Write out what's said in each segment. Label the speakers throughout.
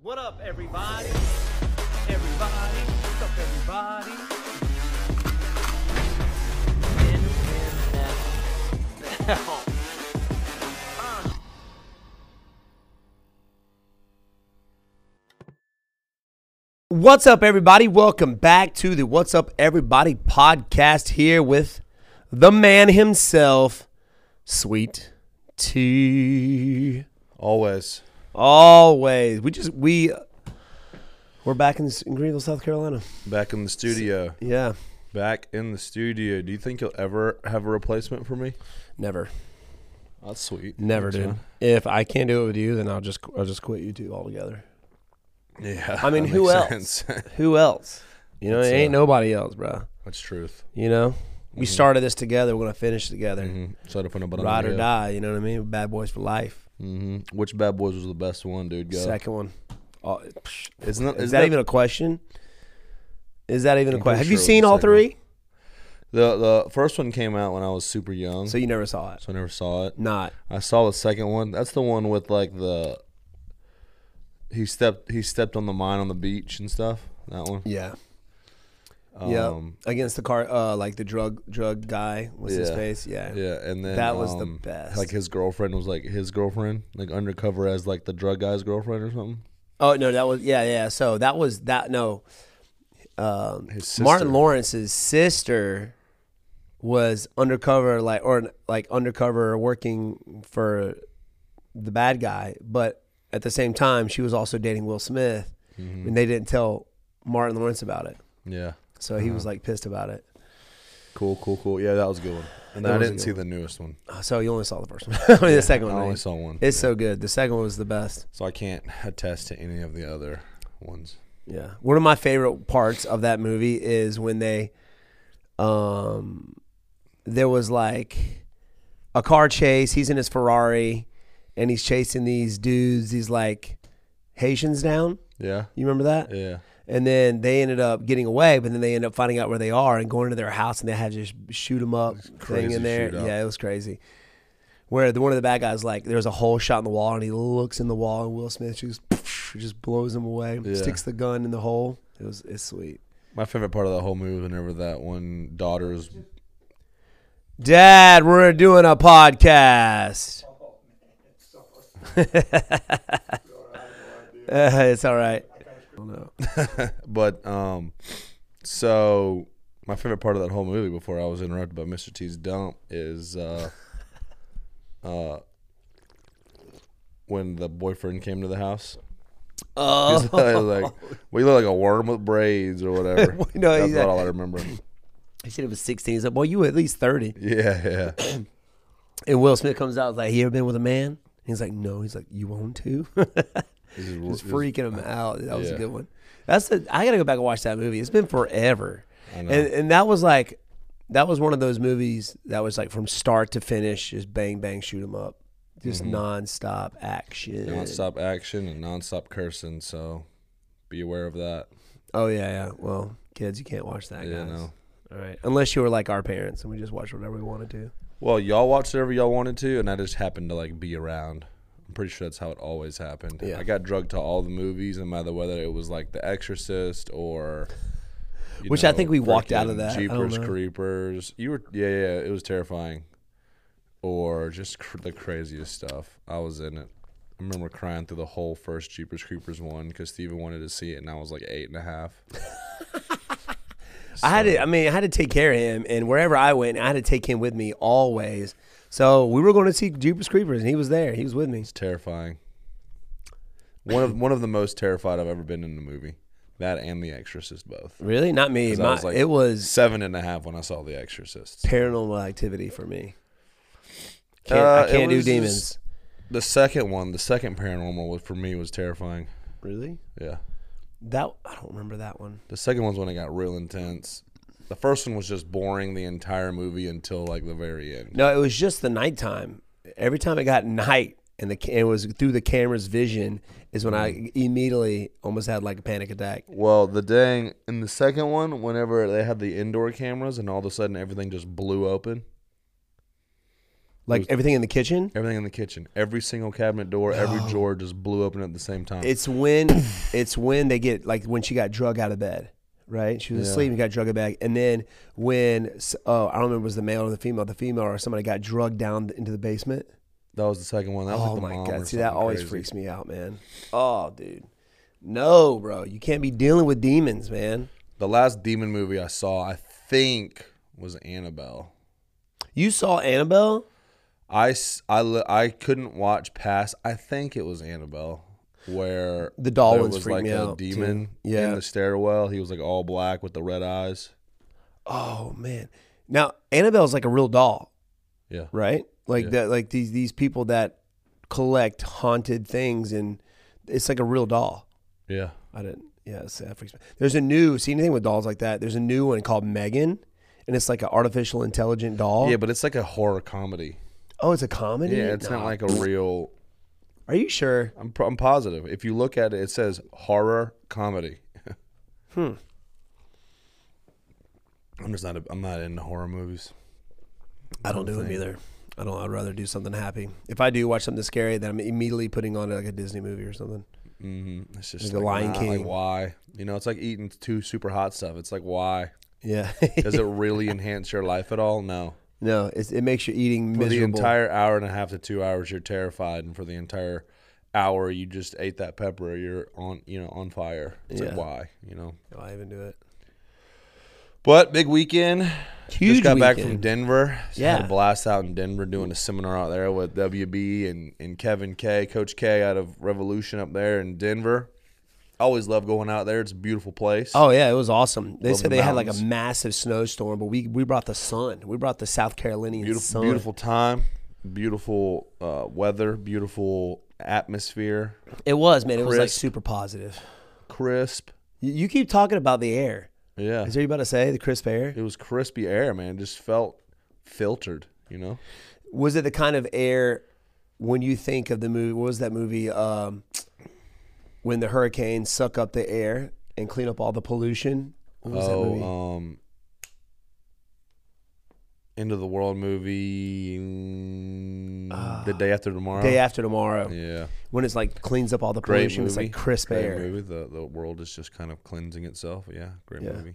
Speaker 1: What up, everybody? Everybody, what's up, everybody? International. Uh.
Speaker 2: What's up, everybody? Welcome back to the What's Up, Everybody podcast here with the man himself, Sweet Tea.
Speaker 3: Always.
Speaker 2: Always. We just, we, we're back in, in Greenville, South Carolina.
Speaker 3: Back in the studio.
Speaker 2: Yeah.
Speaker 3: Back in the studio. Do you think you'll ever have a replacement for me?
Speaker 2: Never.
Speaker 3: That's sweet.
Speaker 2: Never,
Speaker 3: Thanks,
Speaker 2: dude. If I can't do it with you, then I'll just, I'll just quit you two altogether.
Speaker 3: man. Yeah.
Speaker 2: I mean,
Speaker 3: that
Speaker 2: who
Speaker 3: makes
Speaker 2: else?
Speaker 3: sense.
Speaker 2: Who else? You know,
Speaker 3: It's,
Speaker 2: it ain't
Speaker 3: uh,
Speaker 2: nobody else, bro.
Speaker 3: That's truth.
Speaker 2: You know, we started this together. We're going to finish together.
Speaker 3: Set up in a banana.
Speaker 2: Ride or die. You know what I mean? Bad boys for life.
Speaker 3: hmm Which Bad Boys was the best one, dude? Go.
Speaker 2: Second one. Oh, psh,
Speaker 3: Isn't that,
Speaker 2: is
Speaker 3: isn't
Speaker 2: that, even a question? Is that even a
Speaker 3: I'm
Speaker 2: question?
Speaker 3: pretty
Speaker 2: Have you
Speaker 3: sure it was
Speaker 2: seen
Speaker 3: the
Speaker 2: all
Speaker 3: second one.
Speaker 2: three?
Speaker 3: the the first one came out when I was super young,
Speaker 2: So
Speaker 3: so,
Speaker 2: you never saw it.
Speaker 3: I never saw it.
Speaker 2: Not.
Speaker 3: I saw the second one. That's the one with like the he stepped he stepped on the mine on the beach and stuff. That one.
Speaker 2: Yeah. yeah.
Speaker 3: Um,
Speaker 2: Against the car, uh, like the drug drug guy. What's his
Speaker 3: Yeah.
Speaker 2: face? Yeah.
Speaker 3: Yeah, and then
Speaker 2: That was the
Speaker 3: um,
Speaker 2: best.
Speaker 3: Like his girlfriend was like his girlfriend, like undercover as like the drug guy's girlfriend or something.
Speaker 2: Oh no, that was yeah yeah. So that was that no. Um,
Speaker 3: His
Speaker 2: Martin
Speaker 3: sister.
Speaker 2: Lawrence's sister was undercover, like or like undercover working for the bad guy, but at the same time she was also dating Will Smith,
Speaker 3: Mm-hmm.
Speaker 2: and they didn't tell Martin Lawrence about it,
Speaker 3: Yeah,
Speaker 2: so he
Speaker 3: Uh-huh.
Speaker 2: was like pissed about it.
Speaker 3: cool, cool, cool. Yeah, that was a good one. And
Speaker 2: That
Speaker 3: I
Speaker 2: was a
Speaker 3: didn't
Speaker 2: good Oh,
Speaker 3: see the newest one.
Speaker 2: Uh, So you only saw the first one. I mean, the second one.
Speaker 3: I only
Speaker 2: right?
Speaker 3: saw one,
Speaker 2: It's so good. The second one was the best.
Speaker 3: so I can't attest to any of the other ones.
Speaker 2: Yeah. One of my favorite parts of that movie is when they um there was like a car chase, he's in his Ferrari and he's chasing these dudes, these like Haitians down.
Speaker 3: Yeah,
Speaker 2: You remember that?
Speaker 3: yeah.
Speaker 2: And then they ended up getting away, but then they end up finding out where they are and going to their house, and they had to just shoot them up thing
Speaker 3: crazy
Speaker 2: in there.
Speaker 3: shootout.
Speaker 2: Yeah, it was crazy. Where the one of the bad guys like there was a hole shot in the wall, and he looks in the wall, and Will Smith just just blows him away,
Speaker 3: Yeah.
Speaker 2: sticks the gun in the hole. It was it's sweet.
Speaker 3: My favorite part of that whole movie, whenever that one daughter's
Speaker 2: Dad, we're doing a podcast. Uh, it's all right.
Speaker 3: But um, so my favorite part of that whole movie before I was interrupted by Mr. T's dump is uh, uh, when the boyfriend came to the house.
Speaker 2: Oh,
Speaker 3: He's like, we look like a worm with braids or whatever.
Speaker 2: No,
Speaker 3: That's
Speaker 2: he's
Speaker 3: what
Speaker 2: like-
Speaker 3: all I remember.
Speaker 2: he said it was sixteen. He's like, "Boy, you at least 30.
Speaker 3: Yeah, yeah.
Speaker 2: And Will Smith comes out like, "You ever been with a man?" He's like, "No." He's like, "You want to?"
Speaker 3: This is-
Speaker 2: Just freaking him out. That was a
Speaker 3: Yeah.
Speaker 2: good one. That's the. I gotta go back and watch that movie. It's been forever.
Speaker 3: I know.
Speaker 2: And and that was like, that was one of those movies that was like from start to finish, just bang bang shoot 'em up, just
Speaker 3: Mm-hmm.
Speaker 2: nonstop action.
Speaker 3: nonstop action and nonstop cursing. So be aware of that.
Speaker 2: Oh yeah, yeah. Well, kids, you can't watch that.
Speaker 3: Yeah,
Speaker 2: guys.
Speaker 3: no.
Speaker 2: All right, unless you were like our parents and we just watched whatever we wanted to.
Speaker 3: Well, y'all watched whatever y'all wanted to, and I just happened to like be around. I'm pretty sure that's how it always happened.
Speaker 2: Yeah.
Speaker 3: I got drugged to all the movies, no matter whether it was like The Exorcist or, you
Speaker 2: Which I think we walked out of
Speaker 3: freaking
Speaker 2: that. I don't
Speaker 3: Jeepers
Speaker 2: know.
Speaker 3: Creepers. You were yeah yeah. It was terrifying, or just cr- the craziest stuff. I was in it. I remember crying through the whole first Jeepers Creepers one because Steven wanted to see it, and I was like eight and a half.
Speaker 2: I had to, I mean, I had to take care of him, and wherever I went, I had to take him with me always. So we were going to see Jeepers Creepers, and he was there. He was with me.
Speaker 3: It's terrifying. One of one of the most terrified I've ever been in a movie. That and The Exorcist both.
Speaker 2: Really, not me.
Speaker 3: 'Cause I
Speaker 2: My,
Speaker 3: was like-
Speaker 2: it was
Speaker 3: Seven and a half when I saw The Exorcist.
Speaker 2: paranormal activity for me. Can't,
Speaker 3: Uh,
Speaker 2: I
Speaker 3: it
Speaker 2: can't do
Speaker 3: was
Speaker 2: demons.
Speaker 3: just- The second one, the second paranormal was for me was terrifying.
Speaker 2: really?
Speaker 3: Yeah.
Speaker 2: That I don't remember that one.
Speaker 3: The second one's when it got real intense. The first one was just boring the entire movie until like the very end.
Speaker 2: No, it was just the nighttime. Every time it got night and the ca- it was through the camera's vision is when I immediately almost had like a panic attack.
Speaker 3: Well, the dang in the second one, whenever they had the indoor cameras and all of a sudden everything just blew open.
Speaker 2: Like everything in the kitchen.
Speaker 3: Everything in the kitchen, every single cabinet door, every drawer just blew open at the same time.
Speaker 2: It's when it's when they get like when she got drug out of bed, right? She was asleep and got drug out of bed, and then when s- oh I don't remember if it was the male or the female, the female or somebody got drugged down into the basement.
Speaker 3: that was the second one. That was
Speaker 2: Oh
Speaker 3: like the
Speaker 2: my
Speaker 3: mom or
Speaker 2: god! See that
Speaker 3: something
Speaker 2: always
Speaker 3: crazy.
Speaker 2: freaks me out, man. Oh, dude, no, bro, you can't be dealing with demons, man.
Speaker 3: The last demon movie I saw, I think, was Annabelle.
Speaker 2: You saw Annabelle?
Speaker 3: I, s- I, li- I couldn't watch past. I think it was Annabelle, where
Speaker 2: The doll
Speaker 3: there
Speaker 2: ones
Speaker 3: was
Speaker 2: freaked
Speaker 3: like
Speaker 2: me
Speaker 3: a
Speaker 2: out, too.
Speaker 3: demon
Speaker 2: Yeah.
Speaker 3: in the stairwell. He was like all black with the red eyes.
Speaker 2: Oh man! Now Annabelle's like a real doll,
Speaker 3: Yeah,
Speaker 2: right? Like that, like these these people that collect haunted things, and it's like a real doll.
Speaker 3: yeah.
Speaker 2: I didn't. Yeah, it's, that freaks me. There's a new. See anything with dolls like that? There's a new one called Megan, and it's like an artificial intelligent doll.
Speaker 3: Yeah, but it's like a horror comedy.
Speaker 2: Oh, it's a comedy.
Speaker 3: Yeah, it's not
Speaker 2: Nah.
Speaker 3: like a real.
Speaker 2: Are you sure?
Speaker 3: I'm, pro- I'm positive. If you look at it, it says horror comedy. hmm. I'm just not. A, I'm not into horror movies.
Speaker 2: I don't do them either. I don't. I'd rather do something happy. If I do watch something scary, then I'm immediately putting on like a Disney movie or something.
Speaker 3: Mm-hmm. It's just
Speaker 2: Like The Lion
Speaker 3: nah,
Speaker 2: King.
Speaker 3: Like why? You know, it's like eating two super hot stuff. It's like why?
Speaker 2: Yeah.
Speaker 3: Does it really enhance your life at all? No.
Speaker 2: no, it's, it makes your eating
Speaker 3: For the
Speaker 2: miserable.
Speaker 3: entire hour and a half to two hours, you're terrified, and for the entire hour, you just ate that pepper. You're on, you know, on fire. It's
Speaker 2: Yeah.
Speaker 3: like why? You know.
Speaker 2: No, Oh, I even do it.
Speaker 3: But big weekend.
Speaker 2: Huge
Speaker 3: Just got back from
Speaker 2: weekend.
Speaker 3: Denver. Just Had
Speaker 2: Yeah.
Speaker 3: a blast out in Denver doing a seminar out there with WB and, and Kevin K, Coach K out of Revolution up there in Denver. I always love going out there. It's a beautiful place.
Speaker 2: Oh yeah, it was awesome. They
Speaker 3: Love
Speaker 2: said
Speaker 3: the
Speaker 2: they had like a
Speaker 3: mountains.
Speaker 2: massive snowstorm, but we we brought the sun. We brought the South Carolinian
Speaker 3: beautiful,
Speaker 2: sun.
Speaker 3: beautiful time, beautiful uh, weather, beautiful atmosphere,
Speaker 2: It was man. It was like
Speaker 3: Crisp.
Speaker 2: super positive.
Speaker 3: crisp.
Speaker 2: You, you keep talking about the air.
Speaker 3: Yeah.
Speaker 2: Is there you about to say the crisp air?
Speaker 3: it was crispy air, man. It just felt filtered, you know?
Speaker 2: Was it the kind of air when you think of the movie? What was that movie? Um, when the hurricanes suck up the air and clean up all the pollution. What was that movie?
Speaker 3: oh, um, end of the world movie, mm, the day after tomorrow.
Speaker 2: Ah, Day after tomorrow,
Speaker 3: yeah,
Speaker 2: when it's like cleans up all the
Speaker 3: great
Speaker 2: pollution.
Speaker 3: movie.
Speaker 2: It's like crisp
Speaker 3: great
Speaker 2: air.
Speaker 3: Movie. The the world is just kind of cleansing itself. Yeah, great
Speaker 2: Yeah.
Speaker 3: movie.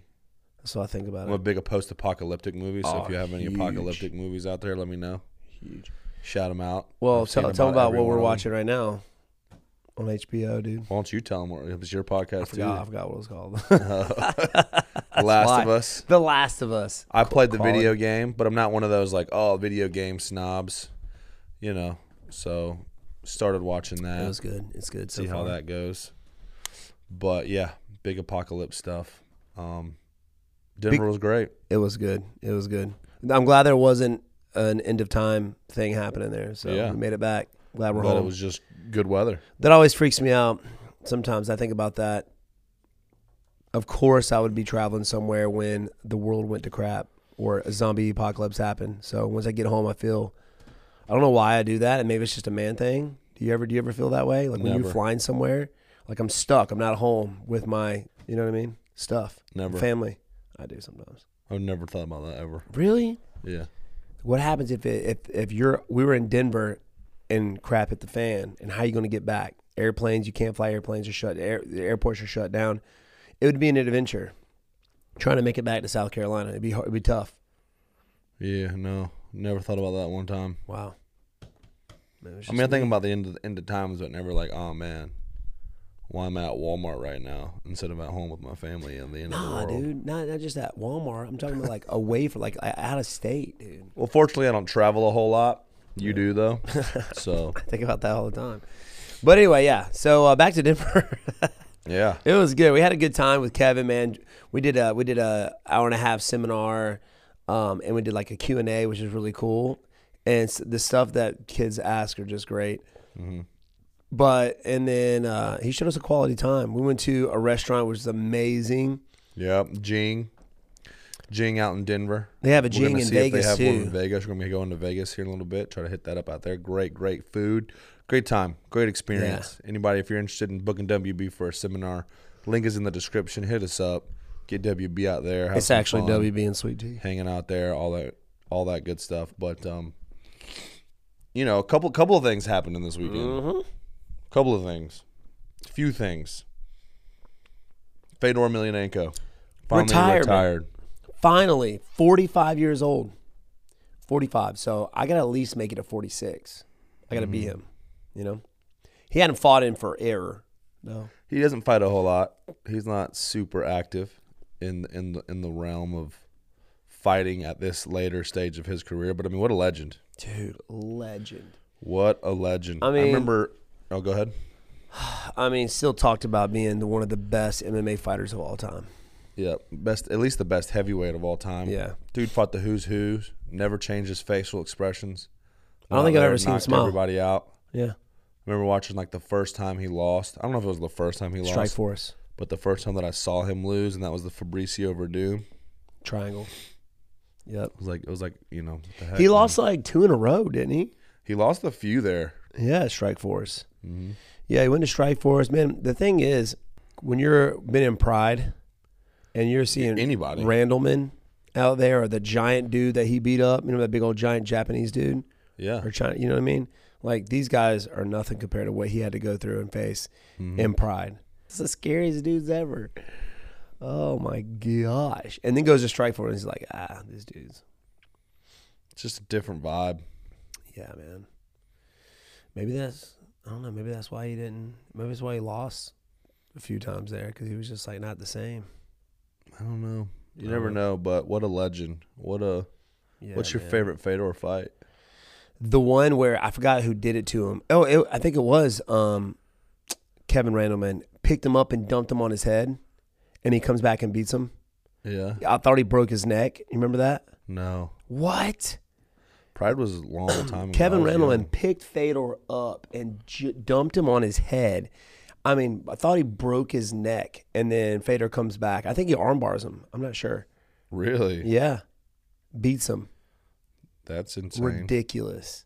Speaker 2: That's what I think about
Speaker 3: I'm a
Speaker 2: it.
Speaker 3: big post apocalyptic movie, so
Speaker 2: Oh,
Speaker 3: if you have any
Speaker 2: huge.
Speaker 3: apocalyptic movies out there, let me know.
Speaker 2: Huge.
Speaker 3: Shout them out.
Speaker 2: Well,
Speaker 3: I've seen
Speaker 2: tell, tell 'em about
Speaker 3: every
Speaker 2: what
Speaker 3: one
Speaker 2: we're
Speaker 3: of 'em.
Speaker 2: watching right now on HBO, dude.
Speaker 3: Why don't you tell them? It was your podcast
Speaker 2: I forgot. I
Speaker 3: too.
Speaker 2: forgot what it was called.
Speaker 3: The Last of
Speaker 2: why.
Speaker 3: Us.
Speaker 2: the Last of Us.
Speaker 3: I played the
Speaker 2: Colin.
Speaker 3: video game, but I'm not one of those like oh video game snobs, you know. So started watching that.
Speaker 2: It was good. It's good. So
Speaker 3: see how
Speaker 2: far.
Speaker 3: that goes. But yeah, big apocalypse stuff. Um, Denver was great.
Speaker 2: It was good. It was good. I'm glad there wasn't an end of time thing happening there. So
Speaker 3: Yeah.
Speaker 2: we made it back. Glad we're
Speaker 3: but
Speaker 2: home.
Speaker 3: it was just good weather.
Speaker 2: that always freaks me out. Sometimes I think about that. Of course, I would be traveling somewhere when the world went to crap or a zombie apocalypse happened. So once I get home, I feel I don't know why I do that, and maybe it's just a man thing. Do you ever do you ever feel that way? Like when
Speaker 3: Never.
Speaker 2: you're flying somewhere, like I'm stuck. I'm not home with my, you know what I mean? Stuff,
Speaker 3: Never.
Speaker 2: family. I do sometimes.
Speaker 3: I've never thought about that ever.
Speaker 2: Really?
Speaker 3: Yeah.
Speaker 2: What happens if it, if if you're we were in Denver and crap hit the fan and how you going to get back? Airplanes, you can't fly airplanes are shut air, the airports are shut down. It would be an adventure trying to make it back to South Carolina. It'd be hard, it'd be tough.
Speaker 3: Yeah. No. Never thought about that one time.
Speaker 2: Wow. Man, it was
Speaker 3: I
Speaker 2: just-
Speaker 3: mean, I think about the end of the end of times, but never like, oh man, why am I at Walmart right now instead of at home with my family at the end
Speaker 2: nah,
Speaker 3: of the world?
Speaker 2: dude, not not just at Walmart. I'm talking about like away from like a- out of state, dude.
Speaker 3: Well, fortunately, I don't travel a whole lot. You do though, so
Speaker 2: I think about that all the time. But anyway, yeah. So uh, back to Denver.
Speaker 3: yeah.
Speaker 2: It was good. We had a good time with Kevin, man. We did a we did a hour and a half seminar, um, and we did like a Q and A, which is really cool. And s- the stuff that kids ask are just great.
Speaker 3: Mm-hmm.
Speaker 2: But and then uh, he showed us a quality time. We went to a restaurant which is amazing.
Speaker 3: Yep, Jing. Jing out in Denver.
Speaker 2: They have a
Speaker 3: We're
Speaker 2: Jing
Speaker 3: gonna
Speaker 2: in
Speaker 3: see
Speaker 2: Vegas,
Speaker 3: if they have
Speaker 2: too.
Speaker 3: One in Vegas. We're gonna be going to Vegas here in a little bit. Try to hit that up out there. Great, great food. Great time. Great experience. Anybody, if you're interested in booking WB for a seminar, link is in the description. Hit us up. Get WB out there. Have
Speaker 2: It's
Speaker 3: some
Speaker 2: actually
Speaker 3: fun,
Speaker 2: WB and Sweet Tea.
Speaker 3: Hanging out there, all that, all that good stuff. But um, you know, a couple couple of things happened in this weekend.
Speaker 2: Mm-hmm.
Speaker 3: Couple of things, few things. Fedor Emelianenko finally
Speaker 2: Retirement.
Speaker 3: retired.
Speaker 2: Finally, 45 years old. 45. So I got to at least make it at 46. I got to be him, you know? He hadn't fought in for error. No.
Speaker 3: He doesn't fight a whole lot. He's not super active in in the, in the realm of fighting at this later stage of his career. But I mean, what a legend!
Speaker 2: Dude, legend.
Speaker 3: What a legend!
Speaker 2: mean-
Speaker 3: remember. Oh, go ahead.
Speaker 2: I mean, still talked about being the, one of the best MMA fighters of all time.
Speaker 3: Yeah, best at least the best heavyweight of all time.
Speaker 2: Yeah.
Speaker 3: dude fought the who's who's. Never changed his facial expressions.
Speaker 2: I don't think
Speaker 3: Went out
Speaker 2: I've
Speaker 3: there,
Speaker 2: ever seen him
Speaker 3: knocked
Speaker 2: smile.
Speaker 3: Everybody out.
Speaker 2: Yeah.
Speaker 3: I remember watching like the first time he lost. I don't know if it was the first time he
Speaker 2: Strike
Speaker 3: lost,
Speaker 2: force.
Speaker 3: but the first time that I saw him lose, and that was the Fabricio Verdum. It
Speaker 2: Triangle. Yep.
Speaker 3: was like it was like you know what the heck,
Speaker 2: He
Speaker 3: man?
Speaker 2: lost like two in a row, didn't he?
Speaker 3: He lost a few there.
Speaker 2: Yeah, Strike Force. Yeah, he went to Strike Force. Man, the thing is, when you're been in Pride, and you're seeing
Speaker 3: anybody.
Speaker 2: Randleman out there, or the giant dude that he beat up, you know that big old giant Japanese dude,
Speaker 3: Yeah,
Speaker 2: or China, you know what I mean? Like these guys are nothing compared to what he had to go through and face
Speaker 3: Mm-hmm.
Speaker 2: in Pride. It's the scariest dudes ever. Oh my gosh! And then goes to Strike Force, and he's like, ah, these dudes.
Speaker 3: it's just a different vibe.
Speaker 2: Yeah, man. Maybe that's I don't know. Maybe that's why he didn't. Maybe that's why he lost a few times there because he was just like not the same. Um,
Speaker 3: I don't know. You never know, but what a legend! What a
Speaker 2: Uh, Yeah,
Speaker 3: what's your
Speaker 2: man.
Speaker 3: favorite Fedor fight?
Speaker 2: The one where I forgot who did it to him. Oh, it, I think it was um, Kevin Randleman picked him up and dumped him on his head, and he comes back and beats him.
Speaker 3: Yeah,
Speaker 2: I thought he broke his neck. You remember that?
Speaker 3: no,
Speaker 2: What?
Speaker 3: Pride was a long time. ago.
Speaker 2: Kevin
Speaker 3: I was young.
Speaker 2: Randleman picked Fedor up and ju- dumped him on his head. I mean, I thought he broke his neck, and then Fedor comes back. I think he armbars him. I'm not sure.
Speaker 3: Really?
Speaker 2: Yeah, beats him.
Speaker 3: That's insane.
Speaker 2: Ridiculous.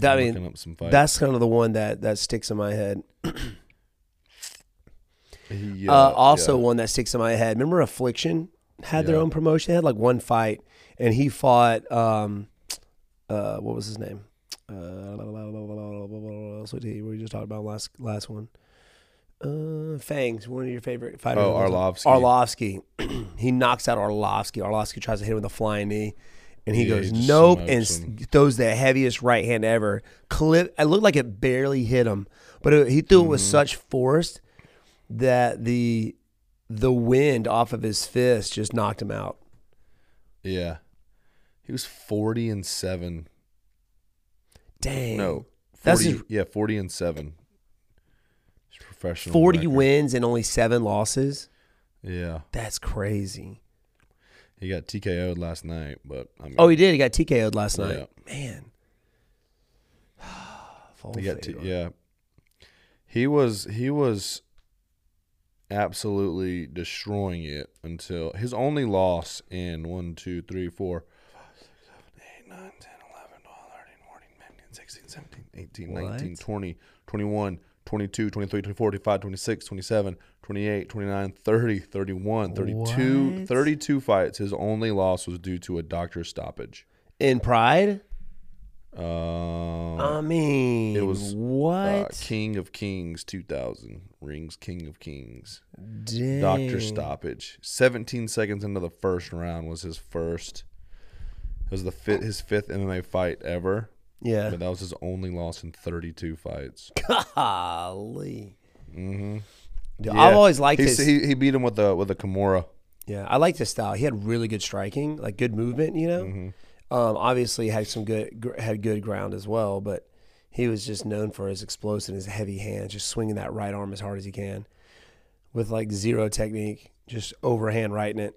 Speaker 2: That, I
Speaker 3: I'm looking
Speaker 2: mean,
Speaker 3: up some fights.
Speaker 2: that's kind of the one that that sticks in my head.
Speaker 3: He,
Speaker 2: uh, also,
Speaker 3: yeah.
Speaker 2: one that sticks in my head. Remember, Affliction had their
Speaker 3: Yeah.
Speaker 2: own promotion. They had like one fight, and he fought. Um, uh, what was his name? Uh, what we were just talking about last last one. Uh, Fangs, one of your favorite fighters.
Speaker 3: Oh,
Speaker 2: of all time. Arlovsky. he knocks out Arlovsky. Arlovsky tries to hit him with a flying knee, and he
Speaker 3: Yeah,
Speaker 2: goes
Speaker 3: he just
Speaker 2: nope, and
Speaker 3: smokes him.
Speaker 2: s- throws the heaviest right hand ever. Clip. It looked like it barely hit him, but it, he threw it
Speaker 3: Mm-hmm.
Speaker 2: with such force that the the wind off of his fist just knocked him out.
Speaker 3: Yeah. He was 40 and 7.
Speaker 2: Dang.
Speaker 3: No. 40,
Speaker 2: That's his-
Speaker 3: yeah, 40 and 7. He's a professional.
Speaker 2: 40
Speaker 3: record.
Speaker 2: wins and only seven losses.
Speaker 3: Yeah.
Speaker 2: That's crazy.
Speaker 3: He got TKO'd last night, but I mean,
Speaker 2: Oh, he did. He got TKO'd last night. Man. Full
Speaker 3: he got t-
Speaker 2: Fedor.
Speaker 3: yeah. He was he was absolutely destroying it until his only loss in 1 2 3 4 8, 9, 10, 11, 12, 13, 14, 15, 16, 17, 18, 19,
Speaker 2: What?
Speaker 3: 20, 21, 22, 23, 24, 25, 26, 27, 28, 29, 30, 31, 32,
Speaker 2: What?
Speaker 3: 32 fights. His only loss was due to a doctor stoppage.
Speaker 2: In Pride?
Speaker 3: Um,
Speaker 2: I mean,
Speaker 3: it was,
Speaker 2: what?
Speaker 3: uh, King of Kings 2000. Rings King of Kings.
Speaker 2: Dang.
Speaker 3: Doctor stoppage. 17 seconds into the first round was his first. It was the fifth, his fifth MMA fight ever.
Speaker 2: Yeah.
Speaker 3: But that was his only loss in 32 fights.
Speaker 2: Golly. Mm-hmm.
Speaker 3: Yeah.
Speaker 2: I've always liked
Speaker 3: He-
Speaker 2: his.
Speaker 3: He, he beat him with a with a Kimura.
Speaker 2: yeah, I liked his style. He had really good striking, like good movement. You know,
Speaker 3: Mm-hmm.
Speaker 2: um, obviously had some good gr- had good ground as well, but he was just known for his explosive, his heavy hands, just swinging that right arm as hard as he can, with like zero technique, just overhand righting it.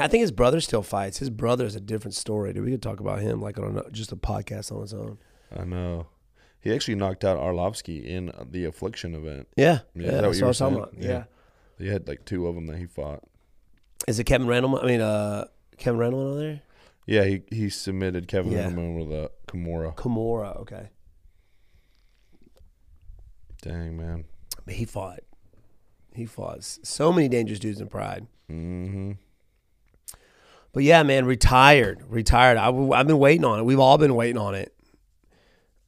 Speaker 2: I think his brother still fights. His brother is a different story. Dude, we could talk about him like on a, just a podcast on his own.
Speaker 3: I know. He actually knocked out Arlovsky in the Affliction event.
Speaker 2: Yeah,
Speaker 3: is
Speaker 2: yeah,
Speaker 3: that what
Speaker 2: that's
Speaker 3: you
Speaker 2: what
Speaker 3: were
Speaker 2: I was talking
Speaker 3: saying?
Speaker 2: about. yeah.
Speaker 3: He had like two of them that he fought.
Speaker 2: Is it Kevin Randleman? I mean, uh, Kevin Randleman on there?
Speaker 3: Yeah, he, he submitted Kevin
Speaker 2: Yeah.
Speaker 3: Herman with a Kimura.
Speaker 2: Kimura, okay.
Speaker 3: Dang, man.
Speaker 2: But he fought. He fought s- so many dangerous dudes in Pride. Mm-hmm. But yeah, man, retired, retired. I, have been waiting on it. We've all been waiting on it.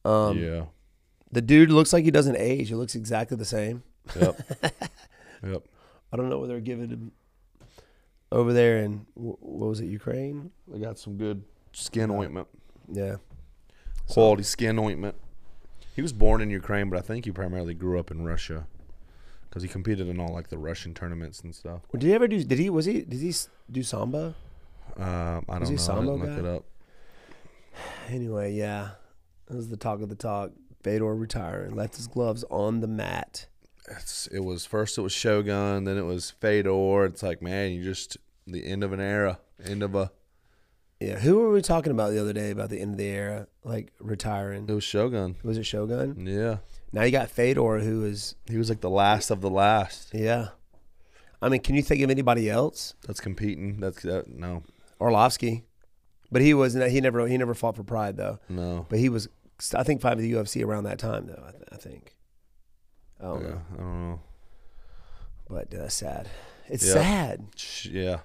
Speaker 2: Um.
Speaker 3: yeah.
Speaker 2: The dude looks like he doesn't age. He looks exactly the same.
Speaker 3: Yep. yep.
Speaker 2: I don't know what they're giving him over there in wh- what was it, Ukraine?
Speaker 3: They got some good skin ointment,
Speaker 2: Yeah,
Speaker 3: quality skin ointment. He was born in Ukraine, but I think he primarily grew up in Russia because he competed in all like the Russian tournaments and stuff.
Speaker 2: Well, Did he ever do? Did he? Was he? Did he s- do samba?
Speaker 3: Um, I don't
Speaker 2: he
Speaker 3: know. I
Speaker 2: Sambo
Speaker 3: didn't look
Speaker 2: guy?
Speaker 3: it up.
Speaker 2: Anyway, yeah, that was the talk of the talk. Fedor retiring, left his gloves on the mat.
Speaker 3: It's, it was first it was Shogun, then it was Fedor. It's like man, you just the end of an era, end of a.
Speaker 2: Yeah, who were we talking about the other day about the end of the era, like
Speaker 3: It
Speaker 2: retiring?
Speaker 3: was Shogun.
Speaker 2: Was it Shogun?
Speaker 3: Yeah,
Speaker 2: Now you got Fedor, who is
Speaker 3: he was like the last of the last
Speaker 2: yeah. I mean, can you think of anybody else?
Speaker 3: that's competing. That's that, no,
Speaker 2: Orlovsky, but he was he never he never fought for Pride though.
Speaker 3: no.
Speaker 2: But he was, I think, five of the UFC around that time though. I, th- I think. I don't
Speaker 3: Yeah,
Speaker 2: know,
Speaker 3: I don't know.
Speaker 2: but that's sad. It's
Speaker 3: Yeah.
Speaker 2: sad.
Speaker 3: Sh- Yeah,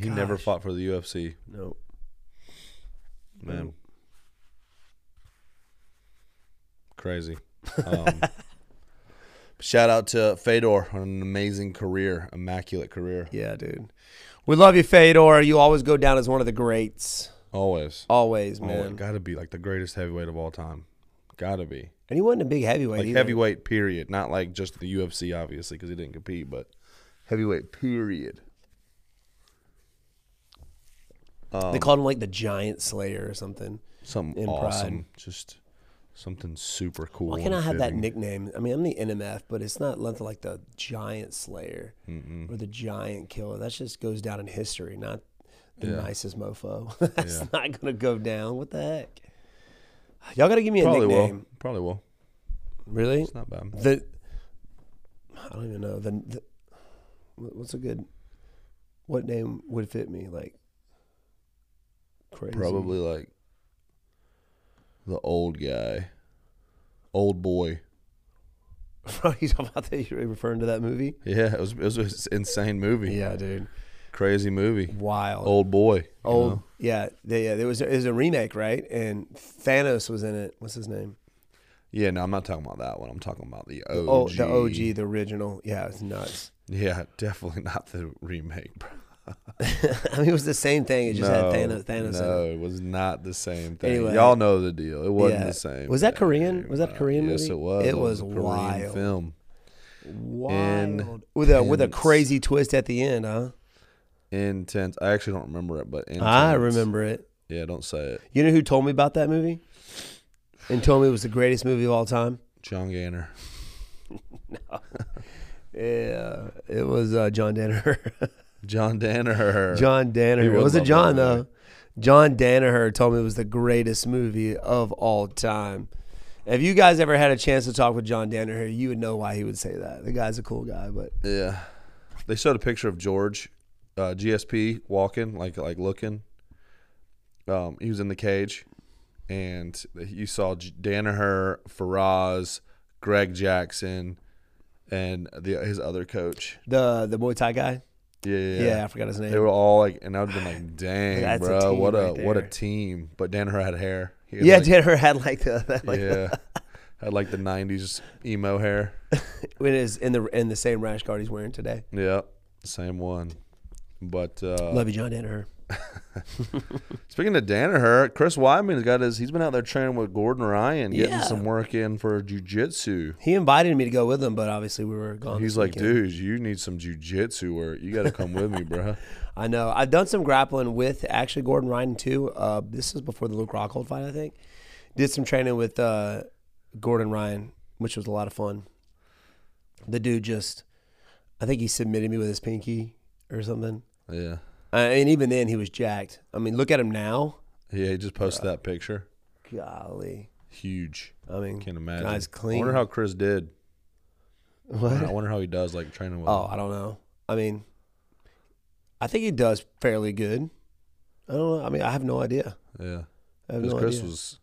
Speaker 3: he never
Speaker 2: Gosh.
Speaker 3: fought for the UFC,
Speaker 2: No.
Speaker 3: man.
Speaker 2: Nope.
Speaker 3: Crazy. Um, shout out to Fedor on an amazing career, immaculate career,
Speaker 2: Yeah, dude. We love you, Fedor. You always go down as one of the greats.
Speaker 3: always.
Speaker 2: Always,
Speaker 3: Oh,
Speaker 2: man.
Speaker 3: it gotta be like the greatest heavyweight of all time. Gotta be
Speaker 2: and he wasn't a big heavyweight
Speaker 3: like
Speaker 2: either.
Speaker 3: heavyweight period, not like just the UFC obviously because he didn't compete, but heavyweight period. um,
Speaker 2: they called him like the Giant Slayer or something.
Speaker 3: Something
Speaker 2: In pride.
Speaker 3: awesome, just something super cool.
Speaker 2: Why can't I
Speaker 3: and
Speaker 2: have that
Speaker 3: fitting.
Speaker 2: nickname? I mean, I'm the NMF, but it's not nothing like the Giant Slayer or the Giant Killer. That just goes down in history, not the nicest mofo. That's not gonna go down. What the heck? Y'all gotta give me a
Speaker 3: Probably
Speaker 2: nickname.
Speaker 3: will. Probably will.
Speaker 2: Really?
Speaker 3: It's not bad.
Speaker 2: The I don't even know the, the what- what's a good what name would fit me like crazy
Speaker 3: Probably like the old guy, old boy.
Speaker 2: you talking about that you're referring to that movie
Speaker 3: Yeah, it was it was an insane movie.
Speaker 2: yeah dude
Speaker 3: crazy movie.
Speaker 2: wild
Speaker 3: Old boy. you
Speaker 2: Old-
Speaker 3: know?
Speaker 2: yeah they, yeah there was it was a remake right and Thanos was in it what's his name
Speaker 3: Yeah, no, I'm not talking about that one. I'm talking about the OG.
Speaker 2: oh the OG the original yeah it's nuts
Speaker 3: Yeah, definitely not the remake, bro.
Speaker 2: I mean it was the same thing it just had Thanos Thanos
Speaker 3: no,
Speaker 2: in it.
Speaker 3: it was not the same thing.
Speaker 2: Anyway.
Speaker 3: Y'all know the deal. It wasn't
Speaker 2: Yeah.
Speaker 3: the same.
Speaker 2: Was that
Speaker 3: thing,
Speaker 2: Korean? Was that a
Speaker 3: bro.
Speaker 2: Korean
Speaker 3: Yes,
Speaker 2: movie?
Speaker 3: it was.
Speaker 2: It
Speaker 3: It was,
Speaker 2: was
Speaker 3: a
Speaker 2: wild.
Speaker 3: Korean film.
Speaker 2: wild with a with a
Speaker 3: Intense.
Speaker 2: crazy twist at the end huh
Speaker 3: Intense. I actually don't remember it, but intense.
Speaker 2: I remember it
Speaker 3: Yeah, don't say it.
Speaker 2: You know who told me about that movie? And told me it was the greatest movie of all time?
Speaker 3: John Gainer.
Speaker 2: Yeah, it was uh, John Danaher.
Speaker 3: John Danaher.
Speaker 2: John
Speaker 3: He
Speaker 2: Danaher.
Speaker 3: would
Speaker 2: It was a
Speaker 3: love that
Speaker 2: John though.
Speaker 3: movie.
Speaker 2: John Danaher told me it was the greatest movie of all time. If you guys ever had a chance to talk with John Danaher, you would know why he would say that. The guy's a cool guy, but
Speaker 3: Yeah. They showed a picture of George, uh, GSP walking, like like looking. Um, he was in the cage, and you saw J- Danaher, Faraz, Greg Jackson, and the his other coach.
Speaker 2: the the Muay Thai guy,
Speaker 3: Yeah, yeah.
Speaker 2: yeah, I forgot his name.
Speaker 3: They were all like, and I'd been like, "Dang,
Speaker 2: That's a
Speaker 3: bro,
Speaker 2: team
Speaker 3: what a
Speaker 2: right
Speaker 3: what a
Speaker 2: there.
Speaker 3: team!" But Danaher had hair. He had,
Speaker 2: yeah,
Speaker 3: like,
Speaker 2: Danaher had like the that, like
Speaker 3: yeah, had like the '90s emo hair.
Speaker 2: it is in the in the same rash guard he's wearing today.
Speaker 3: Yeah, same one. But uh,
Speaker 2: Love you, John Danaher.
Speaker 3: Speaking of Danaher, Chris Wyman's got his. He's been out there training with Gordon Ryan, getting
Speaker 2: Yeah.
Speaker 3: some work in for jujitsu.
Speaker 2: He invited me to go with him, but obviously we were gone.
Speaker 3: He's
Speaker 2: this
Speaker 3: like,
Speaker 2: weekend.
Speaker 3: dude, you need some jujitsu work. You got to come with me, bro.
Speaker 2: I know. I've done some grappling with actually Gordon Ryan too. Uh, this is before the Luke Rockhold fight, I think. Did some training with uh, Gordon Ryan, which was a lot of fun. The dude just, I think he submitted me with his pinky or something.
Speaker 3: Yeah,
Speaker 2: I, and even then, he was jacked. I mean, look at him now.
Speaker 3: yeah. He just posted that picture.
Speaker 2: Golly,
Speaker 3: Huge.
Speaker 2: I mean,
Speaker 3: Can't imagine.
Speaker 2: Guy's
Speaker 3: I
Speaker 2: clean.
Speaker 3: wonder how Chris did. I
Speaker 2: What?
Speaker 3: wonder- I wonder how he does like training with.
Speaker 2: Oh, I don't know. I mean, I think he does fairly good. I don't know. I mean, I have no idea.
Speaker 3: him. Yeah,
Speaker 2: I have
Speaker 3: because
Speaker 2: no
Speaker 3: Chris
Speaker 2: idea.
Speaker 3: was,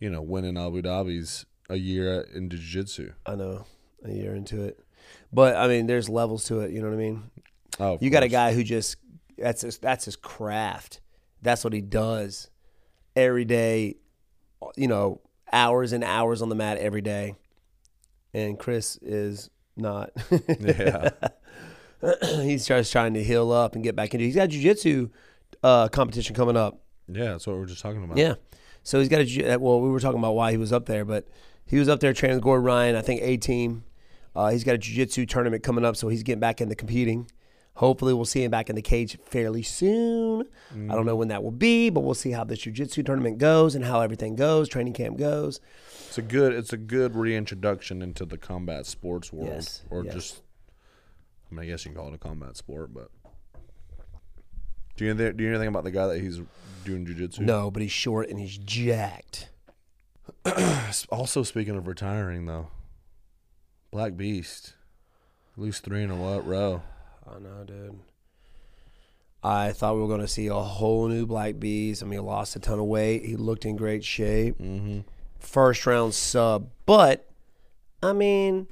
Speaker 3: you know, winning Abu Dhabi's a year at- in jujitsu.
Speaker 2: I know a year into it, but I mean, there's levels to it. You know what I mean?
Speaker 3: Oh, of
Speaker 2: You got a
Speaker 3: course.
Speaker 2: guy who just That's his, that's his craft. That's what he does every day. You know, hours and hours on the mat every day. And Chris is not.
Speaker 3: Yeah.
Speaker 2: he's just trying to heal up and get back into. He's got jujitsu uh, competition coming up.
Speaker 3: yeah, that's what we were just talking about.
Speaker 2: Yeah. So he's got a ju- uh, well. We were talking about why he was up there, but he was up there training with Gordon Ryan. I think A team. Uh, he's got a jiu-jitsu tournament coming up, so he's getting back into competing. Hopefully, we'll see him back in the cage fairly soon. I don't know when that will be, but we'll see how this jiu-jitsu tournament goes and how everything goes, training camp goes.
Speaker 3: It's a good it's a good reintroduction into the combat sports world.
Speaker 2: Yes,
Speaker 3: Or
Speaker 2: yes.
Speaker 3: just I mean I guess you can call it a combat sport, but do you know, do you know anything about the guy that he's doing jujitsu?
Speaker 2: No, but he's short and he's jacked.
Speaker 3: Also speaking of retiring though. Black Beast. Lose three in a what row.
Speaker 2: I know, dude. I thought we were going to see a whole new Black Beast. I mean, he lost a ton of weight. He looked in great shape.
Speaker 3: Mm-hmm.
Speaker 2: First round sub, but I mean,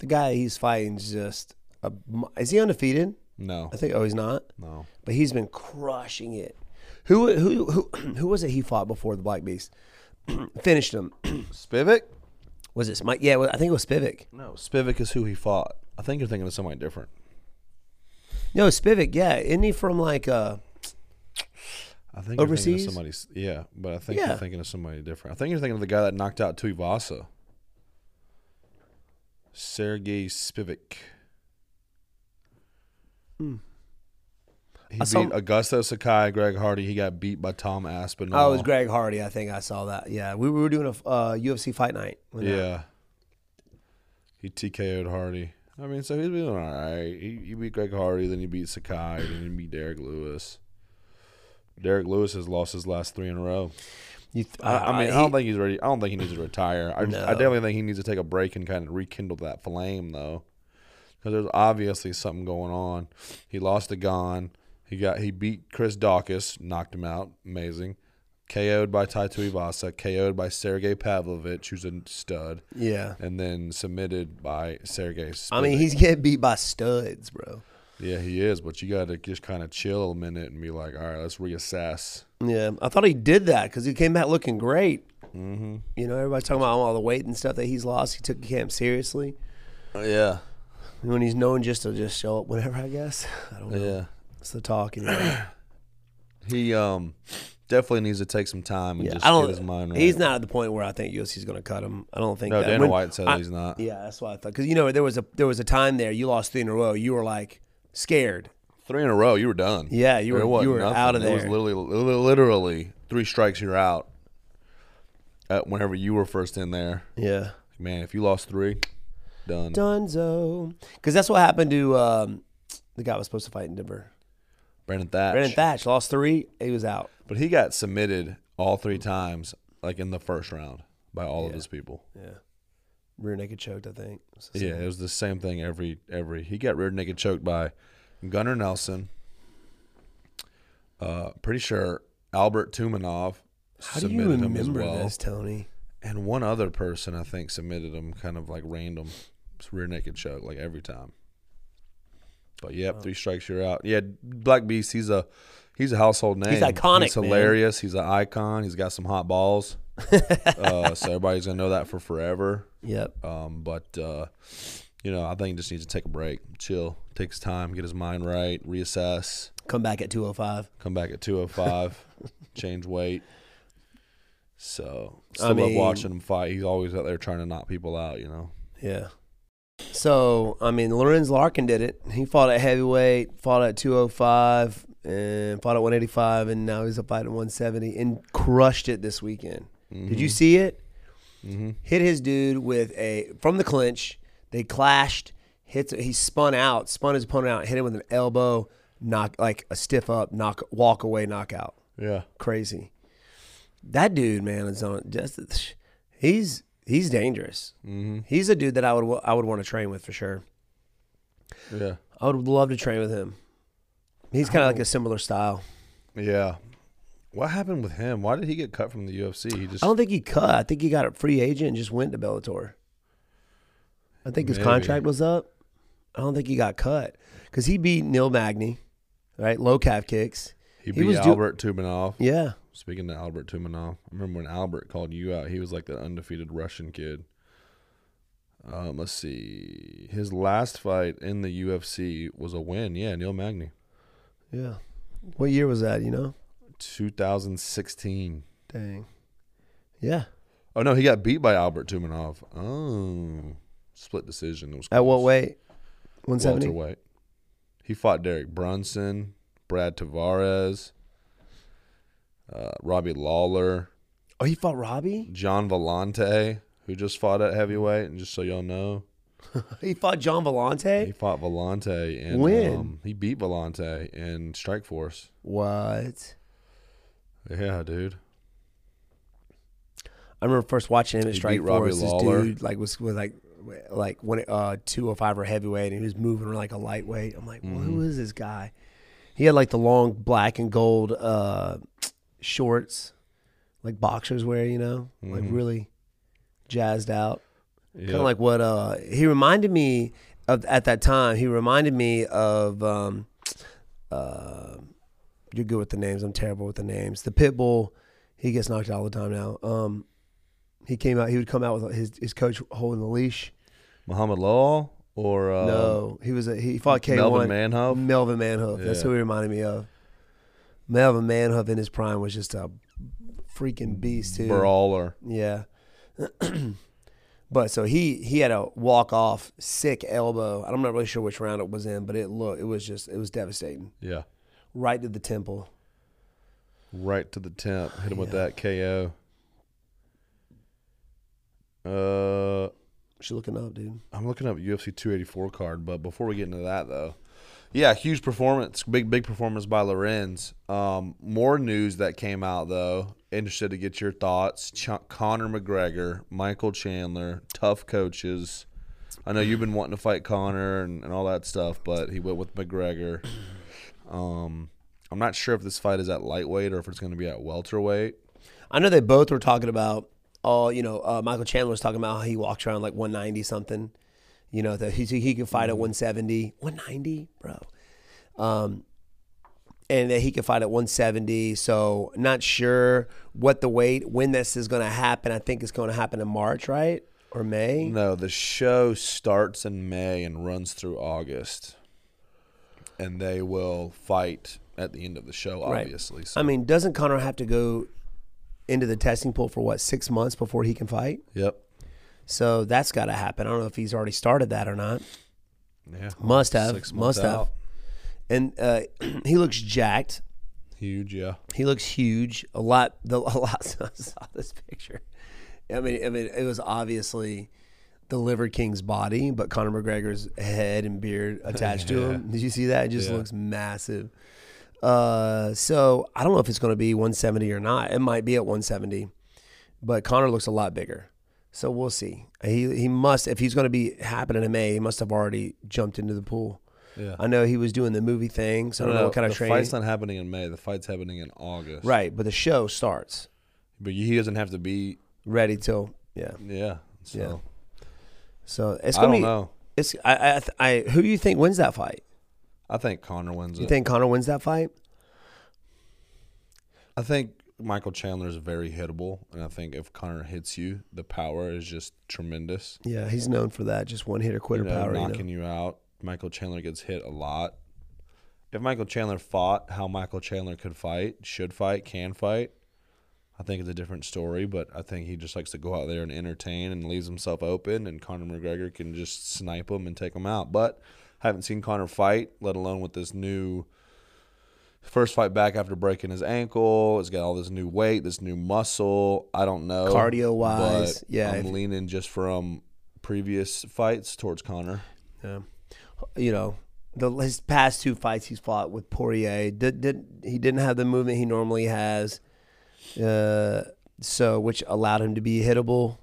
Speaker 2: the guy he's fighting's just a, is he undefeated?
Speaker 3: No.
Speaker 2: I think. Oh, he's not.
Speaker 3: No.
Speaker 2: But he's been crushing it. Who who who who was it he fought before the Black Beast? Finished him.
Speaker 3: Spivak?
Speaker 2: was it Mike? Yeah, I think it was Spivak.
Speaker 3: No, Spivak is who he fought. I think you're thinking of somebody different.
Speaker 2: No, Spivak. Yeah, isn't he from like uh?
Speaker 3: I think you're thinking of
Speaker 2: Overseas?
Speaker 3: somebody. s- Yeah, but I think
Speaker 2: Yeah.
Speaker 3: you're thinking of somebody different. I think you're thinking of the guy that knocked out Tuivasa. Sergey Spivak. He
Speaker 2: Hmm. I
Speaker 3: beat
Speaker 2: saw-
Speaker 3: Augusto Sakai, Greg Hardy. He got beat by Tom Aspinall.
Speaker 2: Oh, it was Greg Hardy. I think I saw that. Yeah, we, we were doing a uh, UFC fight night. when that-
Speaker 3: Yeah. He TKO'd Hardy. I mean, so he's been all right. He, he beat Greg Hardy, then he beat Sakai, then he beat Derek Lewis. Derek Lewis has lost his last three in a row.
Speaker 2: You th-
Speaker 3: I, I mean,
Speaker 2: he-
Speaker 3: I don't think he's ready. I don't think he needs to retire. I, just- I
Speaker 2: No.
Speaker 3: definitely think he needs to take a break and kind of rekindle that flame, though, because there's obviously something going on. He lost to Gon. He got he beat Chris Dawkins, knocked him out, amazing. KO'd by Tai Tuivasa, KO'd by Sergey Pavlovich, who's a stud,
Speaker 2: yeah.
Speaker 3: and then submitted by Sergey.
Speaker 2: I mean,
Speaker 3: Spivak.
Speaker 2: he's getting beat by studs, bro.
Speaker 3: yeah, he is, but you got to just kind of chill a minute and be like, all right, let's reassess.
Speaker 2: Yeah, I thought he did that because he came back looking great.
Speaker 3: Mm-hmm.
Speaker 2: You know, everybody's talking about all the weight and stuff that he's lost. He took camp seriously
Speaker 3: Yeah,
Speaker 2: when he's known just to just show up whenever. I guess I don't know.
Speaker 3: yeah.
Speaker 2: It's the talk. Anyway.
Speaker 3: He um definitely needs to take some time and
Speaker 2: Yeah,
Speaker 3: just
Speaker 2: I don't.
Speaker 3: get his mind right.
Speaker 2: He's not at the point where I think UFC's going to cut him. I don't think.
Speaker 3: No,
Speaker 2: that.
Speaker 3: Dana
Speaker 2: When-
Speaker 3: White said
Speaker 2: I-
Speaker 3: he's not.
Speaker 2: Yeah, that's what I thought. Because you know, there was a there was a time there you lost three in a row. You were like scared.
Speaker 3: Three in a row, you were done.
Speaker 2: Yeah, you
Speaker 3: There
Speaker 2: were-
Speaker 3: wasn't
Speaker 2: you were out of
Speaker 3: It was
Speaker 2: there.
Speaker 3: literally, li- literally three strikes, you're out. At whenever you were first in there,
Speaker 2: Yeah.
Speaker 3: man, if you lost three, done.
Speaker 2: Dunzo. Because that's what happened to um, the guy I was supposed to fight in Denver.
Speaker 3: Brandon Thatch.
Speaker 2: Brandon Thatch lost three. He was out.
Speaker 3: But he got submitted all three times, like in the first round, by all of his people.
Speaker 2: Rear naked choked, I think. So-
Speaker 3: Yeah, it was the same thing every every. He got rear naked choked by Gunnar Nelson. Uh, pretty sure Albert Tumanov
Speaker 2: How do you
Speaker 3: submitted him as
Speaker 2: remember
Speaker 3: well,
Speaker 2: this, Tony?
Speaker 3: and one other person I think submitted him kind of like random It's rear naked choke like every time. But yep, three strikes you're out. Yeah, Black Beast, he's a he's a household name.
Speaker 2: iconic,
Speaker 3: He's
Speaker 2: man.
Speaker 3: hilarious. He's an icon. He's got some hot balls. uh, so everybody's gonna know that for forever.
Speaker 2: Yep.
Speaker 3: Um, but uh, you know, I think he just needs to take a break, chill, take his time, get his mind right, reassess,
Speaker 2: Come back at 205.
Speaker 3: come back at two oh five, change weight. So
Speaker 2: I
Speaker 3: still love
Speaker 2: mean-
Speaker 3: watching him fight. He's always out there trying to knock people out, you know.
Speaker 2: Yeah. So, I mean, Lorenz Larkin did it. He fought at heavyweight, fought at 205, and fought at 185, and now he's a fight at 170 and crushed it this weekend. Did you see it? Hit his dude with a, from the clinch. They clashed. Hits, he spun out, spun his opponent out, hit him with an elbow, knock, like a stiff up, knock, walk away knockout.
Speaker 3: Yeah.
Speaker 2: crazy. That dude, man, is on just he's he's dangerous.
Speaker 3: Mm-hmm.
Speaker 2: He's a dude that I would wa- I would want to train with for sure.
Speaker 3: Yeah.
Speaker 2: I would love to train with him. He's kind of like a similar style.
Speaker 3: Yeah. What happened with him? Why did he get cut from the UFC? He just
Speaker 2: I don't think he cut. I think he got a free agent and just went to Bellator. I think his
Speaker 3: Maybe.
Speaker 2: contract was up. I don't think he got cut because he beat Neil Magny. right? Low calf kicks.
Speaker 3: He
Speaker 2: He
Speaker 3: beat
Speaker 2: was do-
Speaker 3: Albert Tumanov.
Speaker 2: Yeah.
Speaker 3: Speaking to Albert Tumanov, I remember when Albert called you out. He was like the undefeated Russian kid. Um, let's see. His last fight in the UFC was a win. Yeah, Neil Magny,
Speaker 2: Yeah. What year was that, you know?
Speaker 3: 2016.
Speaker 2: Dang. Yeah.
Speaker 3: Oh no, he got beat by Albert Tumanov. Oh, split decision. It was
Speaker 2: At what
Speaker 3: close.
Speaker 2: weight? 170?
Speaker 3: Welterweight. He fought Derek Brunson, Brad Tavares, uh, Robbie Lawler,
Speaker 2: Oh, he fought Robbie?
Speaker 3: John Vellante, who just fought at heavyweight. And just so y'all know,
Speaker 2: He fought John Vellante?
Speaker 3: he fought Vellante and um,
Speaker 2: When?
Speaker 3: he beat Vellante in Strike Force.
Speaker 2: What?
Speaker 3: Yeah, dude.
Speaker 2: I remember first watching him at
Speaker 3: He beat
Speaker 2: Strike
Speaker 3: Robbie
Speaker 2: Force. This
Speaker 3: Lawler.
Speaker 2: dude like was, was like like one uh two or five or heavyweight, and he was moving like a lightweight. I'm like, well,
Speaker 3: Mm-hmm.
Speaker 2: who is this guy? He had like the long black and gold uh shorts, like boxers wear, you know, like
Speaker 3: Mm-hmm.
Speaker 2: really jazzed out.
Speaker 3: Yeah.
Speaker 2: Kind of like what uh he reminded me of at that time. He reminded me of um uh, you're good with the names. I'm terrible with the names. The Pitbull, he gets knocked out all the time now. Um he came out he would come out with his his coach holding the leash.
Speaker 3: Muhammad Law or uh,
Speaker 2: no, Mm, he was a, he fought K1.
Speaker 3: Melvin Manhoef?
Speaker 2: Melvin Manhoef. That's
Speaker 3: Yeah.
Speaker 2: who he reminded me of. Melvin Manhoef in his prime was just a freaking beast too.
Speaker 3: Brawler.
Speaker 2: Yeah. but so he he had a walk off sick elbow. I'm not really sure which round it was in, but it looked it was just it was devastating.
Speaker 3: Yeah.
Speaker 2: Right to the temple.
Speaker 3: Right to the temp. Hit him with that KO. Uh,
Speaker 2: She's looking up, dude.
Speaker 3: I'm looking up UFC 284 card, but before we get into that though, yeah, huge performance, big big performance by Lorenz. Um, more news that came out though. Interested to get your thoughts. Ch- Conor McGregor, Michael Chandler, tough coaches. I know you've been wanting to fight Conor and, and all that stuff, but he went with McGregor. Um, I'm not sure if this fight is at lightweight or if it's going to be at welterweight.
Speaker 2: I know they both were talking about all you know. Uh, Michael Chandler was talking about how he walks around like 190 something. You know that he he could
Speaker 3: Mm-hmm.
Speaker 2: fight at 170, 190, bro. Um, and that he could fight at 170. So not sure what the weight when this is going to happen. I think it's going to happen in March, right or May.
Speaker 3: No, the show starts in May and runs through August, and they will fight at the end of the show.
Speaker 2: Right.
Speaker 3: Obviously, so
Speaker 2: I mean, doesn't Connor have to go into the testing pool for what six months before he can fight?
Speaker 3: yep,
Speaker 2: So that's got to happen. I don't know if he's already started that or not.
Speaker 3: yeah,
Speaker 2: Must have.
Speaker 3: Six months
Speaker 2: must have.
Speaker 3: out.
Speaker 2: And uh, he looks jacked.
Speaker 3: huge, yeah.
Speaker 2: He looks huge. A lot. The, a lot. I saw this picture. I mean, I mean, it was obviously the Liver King's body, but Conor McGregor's head and beard attached to him. Did you see that? It just
Speaker 3: Yeah.
Speaker 2: looks massive. Uh, so I don't know if it's going to be 170 or not. It might be at 170, but Conor looks a lot bigger. So we'll see. He he must if he's going to be happening in May, he must have already jumped into the pool.
Speaker 3: Yeah.
Speaker 2: I know he was doing the movie thing, so I don't know what kind
Speaker 3: Uh, the
Speaker 2: of training.
Speaker 3: fight's not happening in May. The fight's happening in August.
Speaker 2: Right, but the show starts
Speaker 3: but he doesn't have to be.
Speaker 2: ready till yeah.
Speaker 3: Yeah, so
Speaker 2: Yeah. So it's
Speaker 3: I
Speaker 2: gonna
Speaker 3: don't
Speaker 2: be.
Speaker 3: know.
Speaker 2: It's I, I th- I who do you think wins that fight?
Speaker 3: I think Connor wins
Speaker 2: You
Speaker 3: it.
Speaker 2: think Connor wins that fight?
Speaker 3: I think Michael Chandler is very hittable, and I think if Connor hits you, the power is just tremendous.
Speaker 2: Yeah, he's known for that. Just one hitter quitter
Speaker 3: you know,
Speaker 2: power. you know.
Speaker 3: knocking you out. Michael Chandler gets hit a lot. If Michael Chandler fought how Michael Chandler could fight, should fight, can fight, I think it's a different story. But I think he just likes to go out there and entertain and leaves himself open. And Conor McGregor can just snipe him and take him out. But I haven't seen Conor fight, let alone with this new first fight back after breaking his ankle. He's got all this new weight, this new muscle. I don't know
Speaker 2: Cardio-wise,
Speaker 3: but
Speaker 2: yeah,
Speaker 3: I'm
Speaker 2: if-
Speaker 3: leaning just from previous fights towards Conor.
Speaker 2: Yeah. You know, the his past two fights he's fought with Poirier, did, did he didn't have the movement he normally has, uh, so which allowed him to be hittable,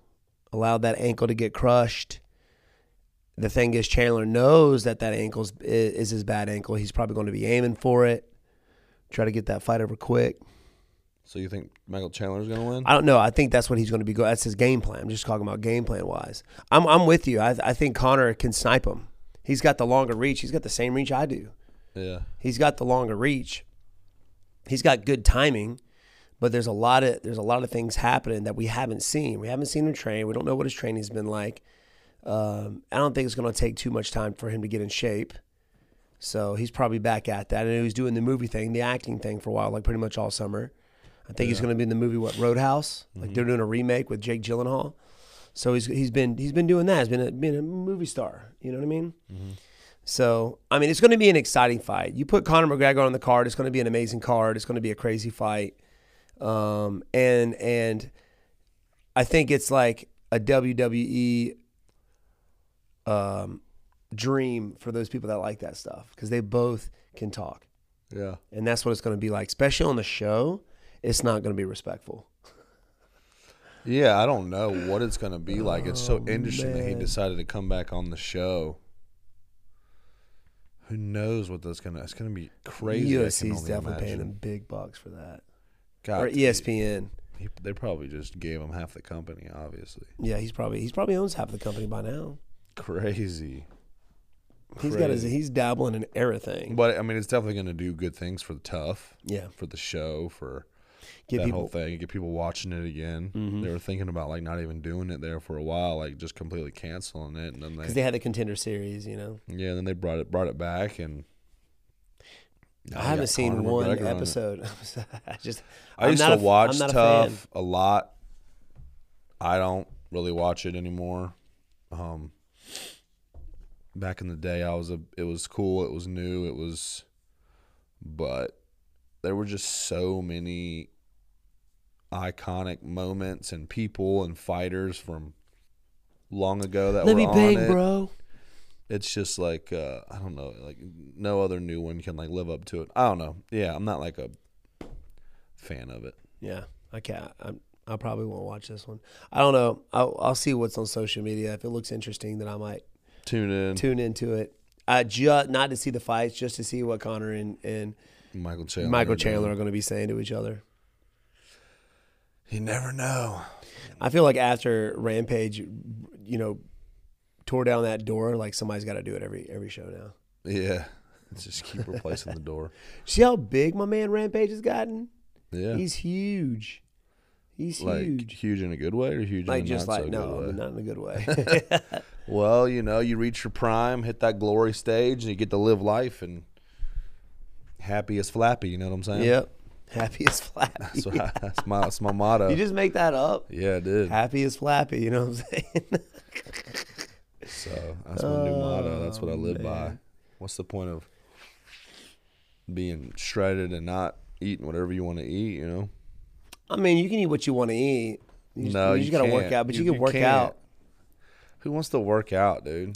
Speaker 2: allowed that ankle to get crushed. The thing is, Chandler knows that that ankle is, is his bad ankle. He's probably going to be aiming for it, try to get that fight over quick.
Speaker 3: So you think Michael Chandler's gonna win?
Speaker 2: I don't know. I think that's what he's going to be. Go- that's his game plan. I'm just talking about game plan wise. I'm I'm with you. I I think Connor can snipe him. He's got the longer reach. He's got the same reach I do.
Speaker 3: Yeah.
Speaker 2: He's got the longer reach. He's got good timing, but there's a lot of there's a lot of things happening that we haven't seen. We haven't seen him train. We don't know what his training's been like. Um, I don't think it's going to take too much time for him to get in shape. So he's probably back at that. And he was doing the movie thing, the acting thing for a while, like pretty much all summer. I think he's going to be in the movie what Roadhouse. Like they're doing a remake with Jake Gyllenhaal. So he's he's been he's been doing that. He's been a, been a movie star. You know what I mean? So I mean, it's going to be an exciting fight. You put Conor McGregor on the card. It's going to be an amazing card. It's going to be a crazy fight. Um, and and I think it's like a WWE um, dream for those people that like that stuff because they both can talk,
Speaker 3: Yeah.
Speaker 2: and that's what it's going to be like. Especially on the show, it's not going to be respectful.
Speaker 3: Yeah, I don't know what it's gonna be like. It's so interesting that he
Speaker 2: Oh, man.
Speaker 3: decided to come back on the show. Who knows what that's gonna? It's gonna be crazy. I can
Speaker 2: USC's
Speaker 3: only
Speaker 2: definitely paying
Speaker 3: imagine.
Speaker 2: them big bucks for that,
Speaker 3: God,
Speaker 2: or E ESPN.
Speaker 3: he- they probably just gave him half the company. Obviously,
Speaker 2: Yeah, he's probably he's probably owns half the company by now.
Speaker 3: crazy.
Speaker 2: He's got his
Speaker 3: Crazy.
Speaker 2: he's dabbling in everything.
Speaker 3: But I mean, it's definitely gonna do good things for the tough,
Speaker 2: Yeah,
Speaker 3: for the show, for
Speaker 2: give
Speaker 3: that
Speaker 2: people Mm-hmm.
Speaker 3: whole thing. Get people watching it again. They were thinking about like not even doing it there for a while, like just completely canceling it, and then they,
Speaker 2: because they had the contender series. You know,
Speaker 3: yeah, then they brought it brought it back, and
Speaker 2: I haven't seen one
Speaker 3: episode.
Speaker 2: episode. I just
Speaker 3: I
Speaker 2: I'm
Speaker 3: used
Speaker 2: not
Speaker 3: to
Speaker 2: a f-
Speaker 3: watch
Speaker 2: I'm not a fan.
Speaker 3: Tough a, lot. I don't really watch it anymore. Um, back in the day, I was a. It was cool. It was new. It was, but there were just so many iconic moments and people and fighters from long ago that
Speaker 2: Let
Speaker 3: were
Speaker 2: me
Speaker 3: on
Speaker 2: bang,
Speaker 3: it.
Speaker 2: bro.
Speaker 3: It's just like uh, I don't know, like no other new one can like live up to it. I don't know. Yeah, I'm not like a fan of it.
Speaker 2: Yeah, I can't. I'm, I probably won't watch this one. I don't know. I'll, I'll see what's on social media. If it looks interesting, then I might
Speaker 3: Tune in.
Speaker 2: tune into it. Uh, just not to see the fights, just to see what Connor and, and
Speaker 3: Michael Chandler.
Speaker 2: Michael
Speaker 3: man.
Speaker 2: Chandler are going to be saying to each other.
Speaker 3: You never know.
Speaker 2: I feel like after Rampage, you know, tore down that door, like somebody's got to do it every every show now.
Speaker 3: Yeah. Just keep replacing the door.
Speaker 2: See how big my man Rampage has gotten?
Speaker 3: Yeah.
Speaker 2: He's huge. He's
Speaker 3: like huge.
Speaker 2: huge.
Speaker 3: in a good way or huge
Speaker 2: Like
Speaker 3: in a
Speaker 2: just
Speaker 3: not
Speaker 2: like
Speaker 3: so
Speaker 2: no,
Speaker 3: good
Speaker 2: but
Speaker 3: way?
Speaker 2: not in a good way.
Speaker 3: Well, you know, you reach your prime, hit that glory stage, and you get to live life and happy as flappy. You know what I'm saying?
Speaker 2: yep. Happy as flappy.
Speaker 3: That's, what I, that's my that's my motto.
Speaker 2: you just make that up.
Speaker 3: yeah, I did.
Speaker 2: Happy as flappy, you know what I'm saying?
Speaker 3: So that's my new motto. That's
Speaker 2: Oh,
Speaker 3: what I live by. What's the point of being shredded and not eating whatever you want to eat? You know?
Speaker 2: I mean, you can eat what you want to eat. You just,
Speaker 3: no,
Speaker 2: you
Speaker 3: you,
Speaker 2: just gotta work
Speaker 3: can't.
Speaker 2: out, but you, can work
Speaker 3: can't.
Speaker 2: out.
Speaker 3: Who wants to work out, dude?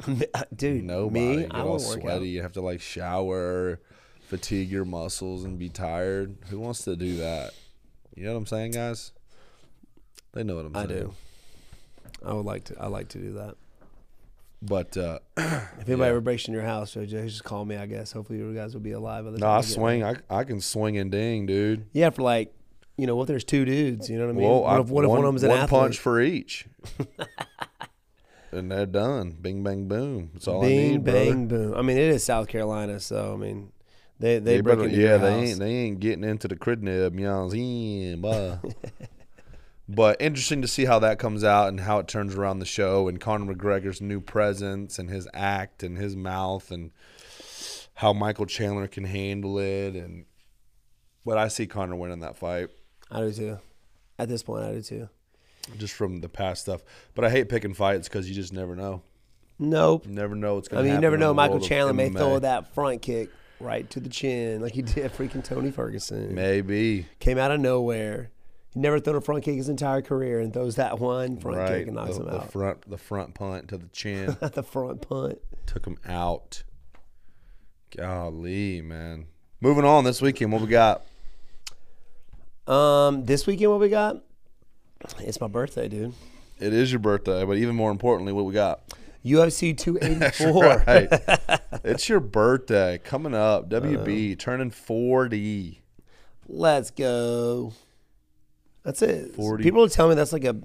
Speaker 2: Dude,
Speaker 3: Nobody.
Speaker 2: me,
Speaker 3: you get
Speaker 2: I
Speaker 3: all
Speaker 2: will work
Speaker 3: sweaty.
Speaker 2: out.
Speaker 3: You have to like shower, fatigue your muscles, and be tired. Who wants to do that? You know what I'm saying, guys? They know what I'm
Speaker 2: I
Speaker 3: saying.
Speaker 2: do. I would like to I like to do that.
Speaker 3: But uh,
Speaker 2: If anybody ever breaks in your house, Joe, just call me, I guess. Hopefully you guys will be alive by the
Speaker 3: no,
Speaker 2: time
Speaker 3: I
Speaker 2: we get-
Speaker 3: swing. I, I can swing and ding, dude.
Speaker 2: Yeah, for like, you know, what if there's two dudes, you know what I mean?
Speaker 3: Well,
Speaker 2: what
Speaker 3: I-
Speaker 2: if, what if one, of them's an
Speaker 3: one
Speaker 2: athlete?
Speaker 3: punch for each, and they're done. Bing, bang, boom. That's all I
Speaker 2: Bing,
Speaker 3: need, brother.
Speaker 2: bang, boom. I mean, it is South Carolina, so I mean, they they,
Speaker 3: They
Speaker 2: break
Speaker 3: better-
Speaker 2: into
Speaker 3: yeah,
Speaker 2: your
Speaker 3: they
Speaker 2: house.
Speaker 3: ain't they ain't getting into the crib nib, you know. yeah, bah. but interesting to see how that comes out and how it turns around the show and Conor McGregor's new presence and his act and his mouth and how Michael Chandler can handle it and but I see Conor winning that fight
Speaker 2: I do too. At this point, I do too.
Speaker 3: just from the past stuff. But I hate picking fights because you just never know.
Speaker 2: Nope.
Speaker 3: You never know what's
Speaker 2: I
Speaker 3: gonna.
Speaker 2: mean, you
Speaker 3: happen
Speaker 2: never
Speaker 3: in the
Speaker 2: know. Michael
Speaker 3: world of
Speaker 2: Chandler may
Speaker 3: MMA.
Speaker 2: throw that front kick right to the chin, like he did freaking Tony Ferguson.
Speaker 3: Maybe
Speaker 2: Came out of nowhere. He never thrown a front kick his entire career, and throws that one front
Speaker 3: right
Speaker 2: kick and knocks
Speaker 3: the,
Speaker 2: him
Speaker 3: the
Speaker 2: out.
Speaker 3: front the front punt to the chin.
Speaker 2: At the front punt.
Speaker 3: took him out. Golly, man. Moving on this weekend, what we got?
Speaker 2: Um, this weekend, what we got? It's my birthday, dude.
Speaker 3: It is your birthday, but even more importantly, what we got?
Speaker 2: UFC 284.
Speaker 3: Right. it's your birthday coming up.
Speaker 2: Uh-huh.
Speaker 3: WB turning 40.
Speaker 2: Let's go. That's it.
Speaker 3: 40.
Speaker 2: People tell me that's like a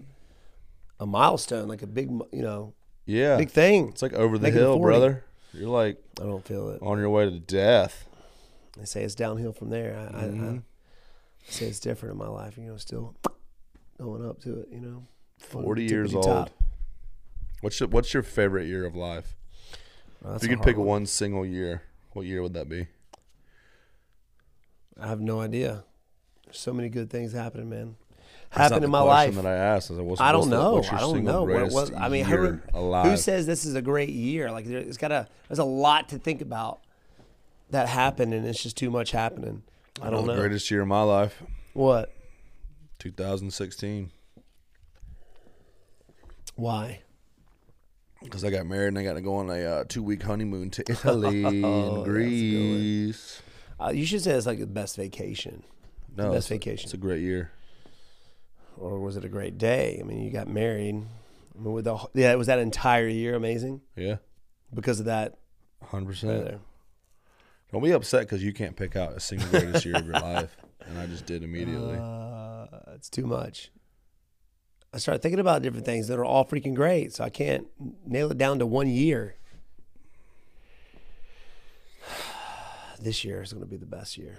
Speaker 2: a milestone, like a big, mo- you know,
Speaker 3: Yeah.
Speaker 2: big thing.
Speaker 3: It's like over the
Speaker 2: Making it
Speaker 3: hill,
Speaker 2: 40.
Speaker 3: brother. You're like
Speaker 2: I don't feel it.
Speaker 3: on your way to death.
Speaker 2: They say it's downhill from there. I,
Speaker 3: Mm-hmm.
Speaker 2: I, I say it's different in my life. You know, still going up to it. You know,
Speaker 3: Forty years old.
Speaker 2: Tippity-top.
Speaker 3: What's your, what's your favorite year of life?
Speaker 2: Well, that's
Speaker 3: if
Speaker 2: a
Speaker 3: you could
Speaker 2: hard
Speaker 3: pick one. single year, what year would that be?
Speaker 2: I have no idea. There's so many good things happening, man.
Speaker 3: That's not
Speaker 2: Happened
Speaker 3: the
Speaker 2: in my
Speaker 3: question
Speaker 2: life.
Speaker 3: That I asked. I said, what's-
Speaker 2: I
Speaker 3: what's
Speaker 2: don't
Speaker 3: the-
Speaker 2: know.
Speaker 3: what's your
Speaker 2: I don't
Speaker 3: single
Speaker 2: know what it
Speaker 3: greatest
Speaker 2: was. I mean,
Speaker 3: year
Speaker 2: who, who
Speaker 3: alive?
Speaker 2: says this is a great year? Like, there, it's got a. There's a lot to think about that happened, and it's just too much happening. I don't
Speaker 3: the
Speaker 2: know
Speaker 3: greatest year of my life,
Speaker 2: what.
Speaker 3: 2016,
Speaker 2: Why?
Speaker 3: because I got married and I got to go on a uh, two week honeymoon to Italy
Speaker 2: Oh,
Speaker 3: and Greece.
Speaker 2: Uh, you should say it's like the best vacation,
Speaker 3: No,
Speaker 2: best
Speaker 3: it's a-
Speaker 2: vacation.
Speaker 3: It's a great year.
Speaker 2: or was it a great day? I mean, you got married. I mean, with the wh- yeah, was that entire year amazing
Speaker 3: Yeah,
Speaker 2: because of that?
Speaker 3: hundred
Speaker 2: right
Speaker 3: percent.
Speaker 2: there.
Speaker 3: Don't be upset because you can't pick out a single greatest year of your life, and I just did immediately.
Speaker 2: Uh, it's too much. I started thinking about different things that are all freaking great, so I can't n- nail it down to one year. This year is going to be the best year.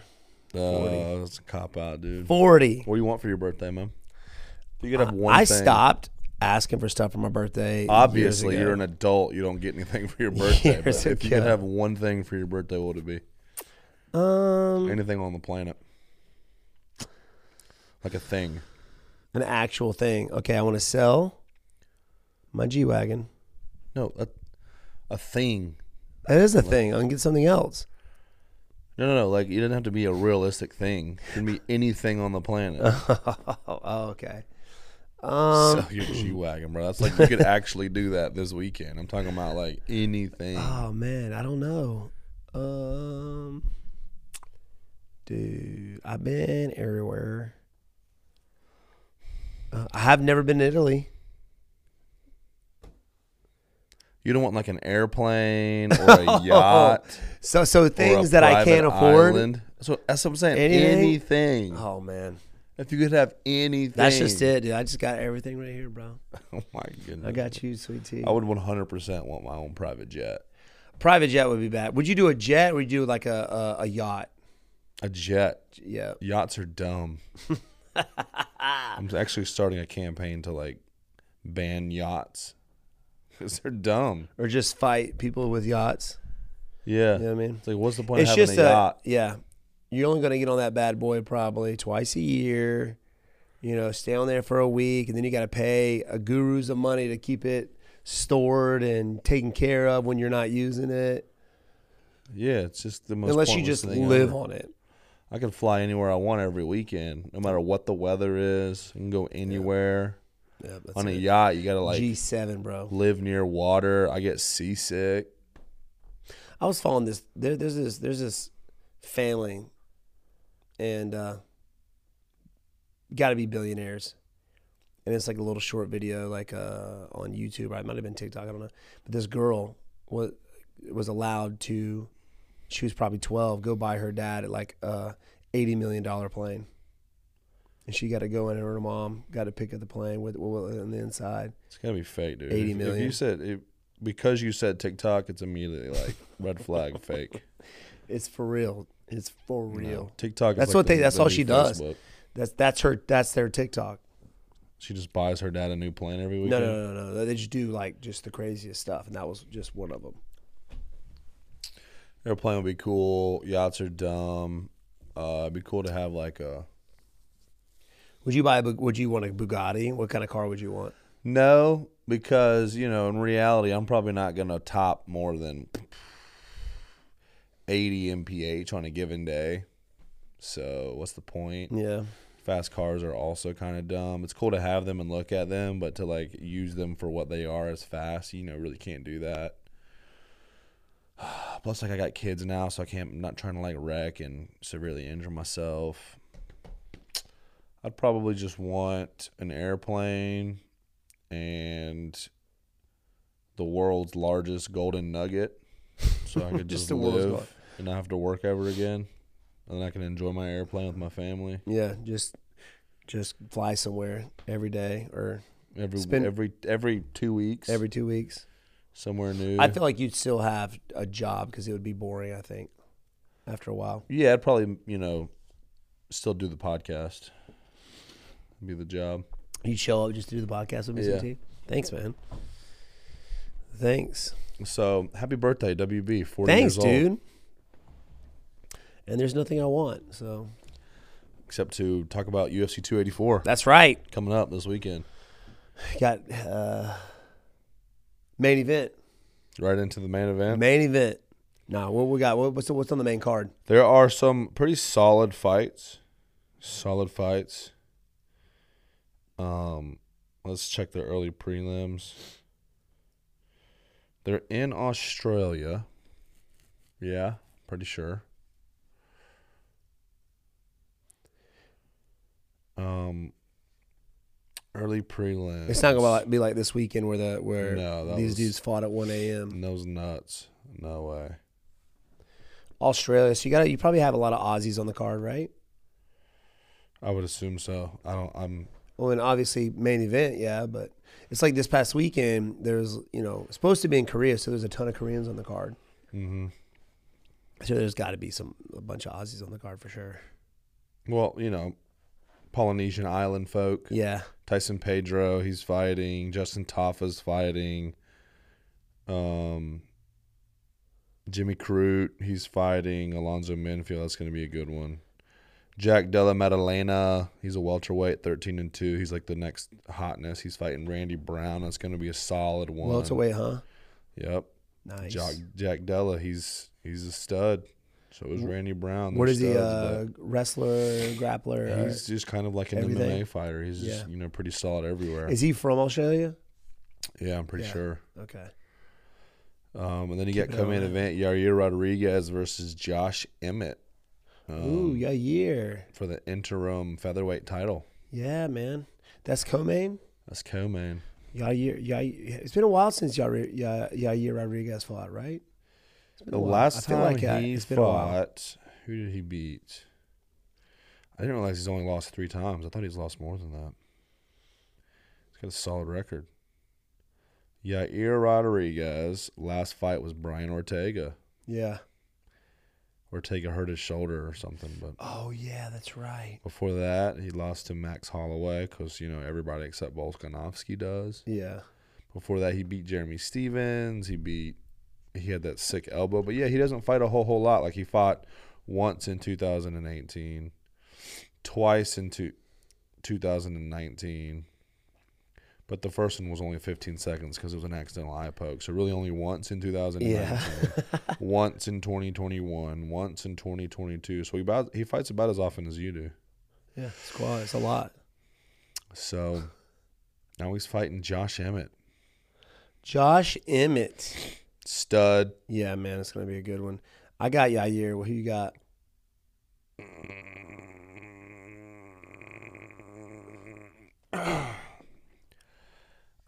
Speaker 3: Uh, that's a cop out, dude.
Speaker 2: Forty.
Speaker 3: What do you want for your birthday, man? If you could have one.
Speaker 2: I
Speaker 3: thing-
Speaker 2: stopped asking for stuff for my birthday. years
Speaker 3: Obviously,
Speaker 2: ago.
Speaker 3: you're an adult. You don't get anything for your birthday. but
Speaker 2: Years
Speaker 3: if you could
Speaker 2: ago.
Speaker 3: have one thing for your birthday, what would it be?
Speaker 2: um
Speaker 3: Anything on the planet, like a thing.
Speaker 2: an actual thing. Okay, I want to sell my G wagon.
Speaker 3: No, a, a thing.
Speaker 2: That is a thing. I can get something else.
Speaker 3: No, no, no. Like it doesn't have to be a realistic thing. It can be anything on the planet.
Speaker 2: Oh, okay.
Speaker 3: Sell your G wagon, bro. That's like you could actually do that this weekend. I'm talking about like anything.
Speaker 2: Oh man, I don't know. Um, dude, I've been everywhere. Uh, I have never been to Italy.
Speaker 3: You don't want like an airplane or a yacht.
Speaker 2: So, so
Speaker 3: or a
Speaker 2: things that I
Speaker 3: private
Speaker 2: can't afford.
Speaker 3: island. That's what, that's what I'm saying.
Speaker 2: Anything?
Speaker 3: Anything.
Speaker 2: Oh man,
Speaker 3: If you could have anything.
Speaker 2: that's just it, dude. I just got everything right here, bro.
Speaker 3: Oh my goodness.
Speaker 2: I got you, sweet tea.
Speaker 3: I would 100% want my own private jet.
Speaker 2: Private jet would be bad. Would you do a jet? or Would you do like a a, a yacht?
Speaker 3: A jet.
Speaker 2: Yeah.
Speaker 3: Yachts are dumb. I'm actually starting a campaign to like ban yachts because they're dumb.
Speaker 2: Or just fight people with yachts.
Speaker 3: Yeah.
Speaker 2: You know what I mean?
Speaker 3: It's like, what's the point
Speaker 2: it's
Speaker 3: of having
Speaker 2: just
Speaker 3: a yacht?
Speaker 2: yeah. You're only gonna get on that bad boy probably twice a year. You know, stay on there for a week, and then you got to pay a gurus of money to keep it stored and taken care of when you're not using it,
Speaker 3: yeah, it's just the most.
Speaker 2: unless you
Speaker 3: pointless
Speaker 2: just
Speaker 3: thing
Speaker 2: live
Speaker 3: ever.
Speaker 2: on it.
Speaker 3: I can fly anywhere I want every weekend, no matter what the weather is. I can go anywhere.
Speaker 2: Yeah, that's
Speaker 3: on a yacht, you gotta like
Speaker 2: G7, bro.
Speaker 3: live near water. I get seasick.
Speaker 2: I was following this. There, there's this. There's this family, and uh, got to be billionaires. And it's like a little short video, like uh, on YouTube. Or it might have been TikTok. I don't know. But this girl was was allowed to. She was probably twelve. Go buy her dad at like a eighty million dollar plane. And she got to go in, and her mom got to pick up the plane with, with on the inside.
Speaker 3: It's gonna be fake, dude.
Speaker 2: 80
Speaker 3: If- If
Speaker 2: million.
Speaker 3: you said it, because you said TikTok, it's immediately like red flag fake.
Speaker 2: It's for real. It's for real.
Speaker 3: TikTok. Is
Speaker 2: That's
Speaker 3: like
Speaker 2: what
Speaker 3: the-
Speaker 2: they- that's
Speaker 3: the
Speaker 2: all
Speaker 3: new
Speaker 2: she does.
Speaker 3: Facebook.
Speaker 2: That's that's her. That's their TikTok.
Speaker 3: She just buys her dad a new plane every
Speaker 2: No,
Speaker 3: weekend.
Speaker 2: no, no, no, no. They just do like just the craziest stuff, and that was just one of them.
Speaker 3: Airplane would be cool. Yachts are dumb. Uh, it'd be cool to have like a.
Speaker 2: Would you buy? A, Bu- would you want a Bugatti? What kind of car would you want?
Speaker 3: No, because you know, in reality, I'm probably not gonna top more than 80 mph on a given day. So what's the point?
Speaker 2: Yeah,
Speaker 3: fast cars are also kind of dumb. It's cool to have them and look at them, but to like use them for what they are as fast, you know, really can't do that. Plus, like I got kids now, so I can't. I'm not trying to like wreck and severely injure myself. I'd probably just want an airplane and the world's largest golden nugget, so I could
Speaker 2: Just
Speaker 3: just,
Speaker 2: the world's lar-
Speaker 3: live and not have to work ever again, and then I can enjoy my airplane with my family.
Speaker 2: yeah. Just just fly somewhere every day or
Speaker 3: every
Speaker 2: Spend-
Speaker 3: every every two weeks,
Speaker 2: every two weeks.
Speaker 3: somewhere new.
Speaker 2: I feel like you'd still have a job because it would be boring. I think. after a while.
Speaker 3: Yeah, I'd probably you know still do the podcast. Be the job.
Speaker 2: You'd show up just to do the podcast with me
Speaker 3: Yeah.
Speaker 2: sometime? Thanks, man. Thanks.
Speaker 3: So happy birthday, WB. Forty
Speaker 2: Thanks,
Speaker 3: years
Speaker 2: dude.
Speaker 3: old.
Speaker 2: And there's nothing I want, so
Speaker 3: Except to talk about UFC 284
Speaker 2: that's right.
Speaker 3: coming up this weekend.
Speaker 2: Got uh, main event.
Speaker 3: Right into the main event.
Speaker 2: Main event. Nah, what we got? What, what's what's on the main card?
Speaker 3: There are some pretty solid fights. Solid fights. Um, let's check the early prelims. They're in Australia. Yeah, pretty sure. Um, early prelims.
Speaker 2: It's not gonna be like this weekend where the where
Speaker 3: No, that
Speaker 2: these
Speaker 3: was-
Speaker 2: dudes fought at 1 a.m.
Speaker 3: Those nuts. No way.
Speaker 2: Australia. So you got to you probably have a lot of Aussies on the card, right?
Speaker 3: I would assume so. I don't. I'm.
Speaker 2: Well, and obviously main event, yeah, but it's like this past weekend. There's you know it's supposed to be in Korea, so there's a ton of Koreans on the card.
Speaker 3: hmm
Speaker 2: So there's got to be some a bunch of Aussies on the card for sure.
Speaker 3: Well, you know, Polynesian island folk.
Speaker 2: Yeah,
Speaker 3: Tyson Pedro, he's fighting. Justin Toffa's fighting. Um, Jimmy Crute, he's fighting. Alonzo Minfield, that's going to be a good one. Jack Della Maddalena, he's a welterweight, thirteen and two. He's like the next hotness. He's fighting Randy Brown. That's going to be a solid one.
Speaker 2: welterweight, huh?
Speaker 3: Yep.
Speaker 2: Nice.
Speaker 3: Jack Jack Della, he's he's a stud. So is Randy Brown.
Speaker 2: what
Speaker 3: They're
Speaker 2: is he?
Speaker 3: studs, but-
Speaker 2: Uh, wrestler, grappler. or-
Speaker 3: He's just kind of like an
Speaker 2: Everything.
Speaker 3: MMA fighter. He's
Speaker 2: Yeah.
Speaker 3: just you know pretty solid everywhere.
Speaker 2: is he from Australia?
Speaker 3: yeah, I'm pretty
Speaker 2: Yeah.
Speaker 3: sure.
Speaker 2: Okay.
Speaker 3: Um, and then you
Speaker 2: Keep
Speaker 3: got
Speaker 2: it
Speaker 3: co-main
Speaker 2: on.
Speaker 3: event Yair Rodriguez versus Josh Emmett um,
Speaker 2: Ooh, yeah, year.
Speaker 3: for the interim featherweight title.
Speaker 2: Yeah, man. That's co-main.
Speaker 3: That's co-main.
Speaker 2: Yair, Yair, it's been a while since Yair, Yair, Yair Rodriguez fought, right? It's been
Speaker 3: The
Speaker 2: a while. I
Speaker 3: last
Speaker 2: feel
Speaker 3: time
Speaker 2: like, uh,
Speaker 3: he
Speaker 2: it's been a while.
Speaker 3: fought, who did he beat? I didn't realize he's only lost three times. I thought he's lost more than that. He's got a solid record. Yair Rodriguez last fight was Brian Ortega.
Speaker 2: Yeah.
Speaker 3: Ortega hurt his shoulder or something, but
Speaker 2: Oh yeah, that's right.
Speaker 3: Before that, he lost to Max Holloway because, you know, everybody except Volkanovski does.
Speaker 2: Yeah.
Speaker 3: Before that, he beat Jeremy Stevens. He beat, he had that sick elbow. But yeah, he doesn't fight a whole, whole lot. Like he fought once in 2018, twice in two, 2019. But the first one was only 15 seconds because it was an accidental eye poke. So really only once in 2019,
Speaker 2: Yeah.
Speaker 3: once in 2021, once in 2022. So he, about, he fights about as often as you do.
Speaker 2: yeah. Squad. It's a lot.
Speaker 3: So now he's fighting Josh Emmett.
Speaker 2: Josh Emmett.
Speaker 3: Stud.
Speaker 2: Yeah, man, it's gonna be a good one. I got Yair. Well, who you got?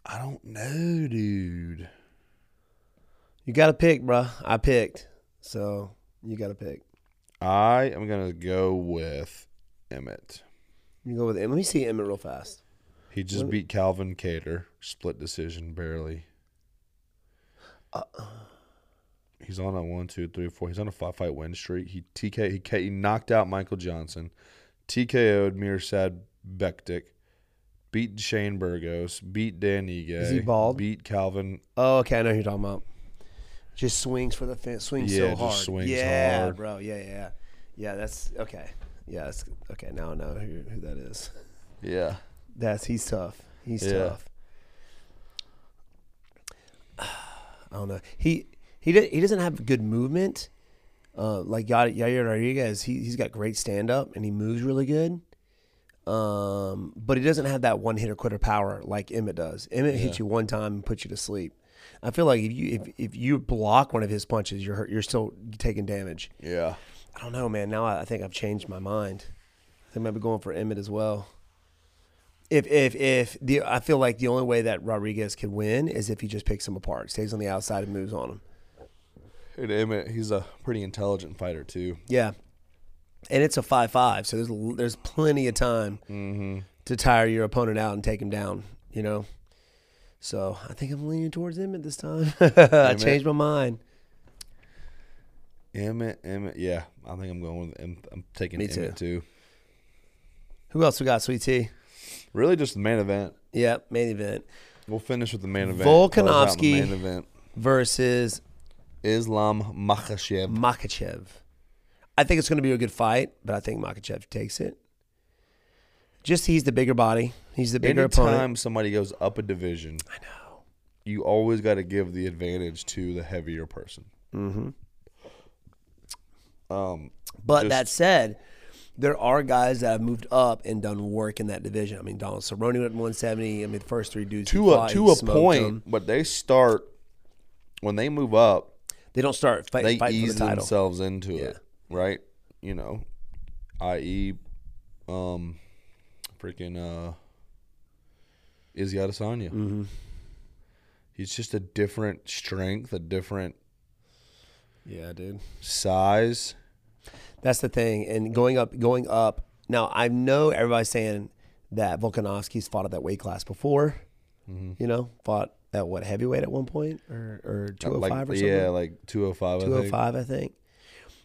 Speaker 3: I don't know, dude.
Speaker 2: You got to pick, bruh. I picked, so you got to pick.
Speaker 3: I am gonna go with Emmett.
Speaker 2: You go with Emmett. Let me see Emmett real fast.
Speaker 3: He just
Speaker 2: What-
Speaker 3: beat Calvin Cater, split decision barely.
Speaker 2: Uh-uh.
Speaker 3: He's on a one, two, three, four. He's on a five fight win streak. He TK he, K- he knocked out Michael Johnson, TKO'd Mirsad Bektik, beat Shane Burgos, beat Dan Ige.
Speaker 2: Is he bald?
Speaker 3: Beat Calvin
Speaker 2: Oh, okay. I know who you're talking about. Just swings for the fence. Swings
Speaker 3: Yeah,
Speaker 2: so
Speaker 3: just
Speaker 2: hard.
Speaker 3: swings
Speaker 2: yeah,
Speaker 3: hard.
Speaker 2: bro. Yeah, yeah, yeah. Yeah, that's okay. Yeah, that's okay. Now I know who, who that is.
Speaker 3: Yeah.
Speaker 2: That's he's tough. He's
Speaker 3: Yeah.
Speaker 2: tough. I don't know. He he do- he doesn't have good movement. Uh, like Ya- Yair Rodriguez, he he's got great stand up and he moves really good. Um, but he doesn't have that one hitter quitter power like Emmett does. Emmett hits you one time and puts you to sleep. I feel like if you if, if you block one of his punches, you're hurt, you're still taking damage.
Speaker 3: Yeah.
Speaker 2: I don't know, man. Now I, I think I've changed my mind. I think I might be going for Emmett as well. If if if the I feel like the only way that Rodriguez could win is if he just picks him apart, stays on the outside and moves on him.
Speaker 3: And Emmett, he's a pretty intelligent fighter too.
Speaker 2: Yeah, and it's a five five, so there's l- there's plenty of time to tire your opponent out and take him down. You know, so I think I'm leaning towards Emmett this time. I
Speaker 3: Emmett.
Speaker 2: changed my mind.
Speaker 3: Emmett, Emmett. Yeah, I think I'm going with. Em- I'm taking
Speaker 2: Me
Speaker 3: Emmett too.
Speaker 2: Who else we got? Sweet Tea.
Speaker 3: Really, just the main event.
Speaker 2: Yep, main event
Speaker 3: We'll finish with the main event. close out the
Speaker 2: Volkanovski.
Speaker 3: Main event.
Speaker 2: versus
Speaker 3: Islam Makhachev.
Speaker 2: Makachev. I think it's going to be a good fight, but I think Makachev takes it. Just he's the bigger body. He's the bigger opponent.
Speaker 3: Anytime somebody goes up a division,
Speaker 2: I know.
Speaker 3: you always got to give the advantage to the heavier person. Mm-hmm. Um,
Speaker 2: But
Speaker 3: Just-
Speaker 2: that said, there are guys that have moved up and done work in that division. I mean, Donald Cerrone went at 170. I mean, the first three dudes he
Speaker 3: to a
Speaker 2: fought, he
Speaker 3: to a
Speaker 2: smoked
Speaker 3: point,
Speaker 2: them.
Speaker 3: but they start when they move up,
Speaker 2: They don't start fight,
Speaker 3: they
Speaker 2: fighting for
Speaker 3: ease
Speaker 2: the title.
Speaker 3: themselves into
Speaker 2: Yeah.
Speaker 3: it, right? You know, i.e., um, freaking uh, Izzy Adesanya.
Speaker 2: Mm-hmm.
Speaker 3: He's just a different strength, a different
Speaker 2: Yeah, dude.
Speaker 3: size.
Speaker 2: That's the thing. And going up, going up. Now I know everybody's saying that Volkanovski's fought at that weight class before. You know, fought at what heavyweight at one point or or two hundred
Speaker 3: Mm-hmm. like,
Speaker 2: five or something.
Speaker 3: yeah, like 205, I
Speaker 2: two hundred
Speaker 3: think.
Speaker 2: five, I think.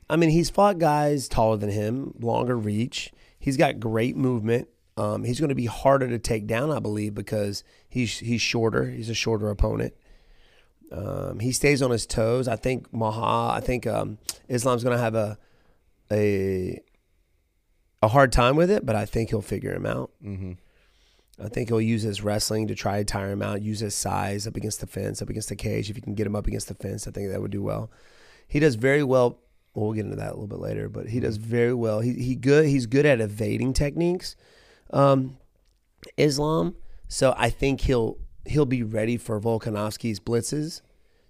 Speaker 2: I mean, he's fought guys taller than him, longer reach. He's got great movement. Um, he's going to be harder to take down, I believe, because he's he's shorter. He's a shorter opponent. Um, he stays on his toes. I think Maha. I think um, Islam's going to have a a a hard time with it, but I think he'll figure him out.
Speaker 3: Mm-hmm.
Speaker 2: I think he'll use his wrestling to try to tire him out. Use his size up against the fence, up against the cage. If you can get him up against the fence, I think that would do well. He does very well. Well, we'll get into that a little bit later, but he does very well. He he good. He's good at evading techniques. Um, Islam. So I think he'll he'll be ready for Volkanovski's blitzes.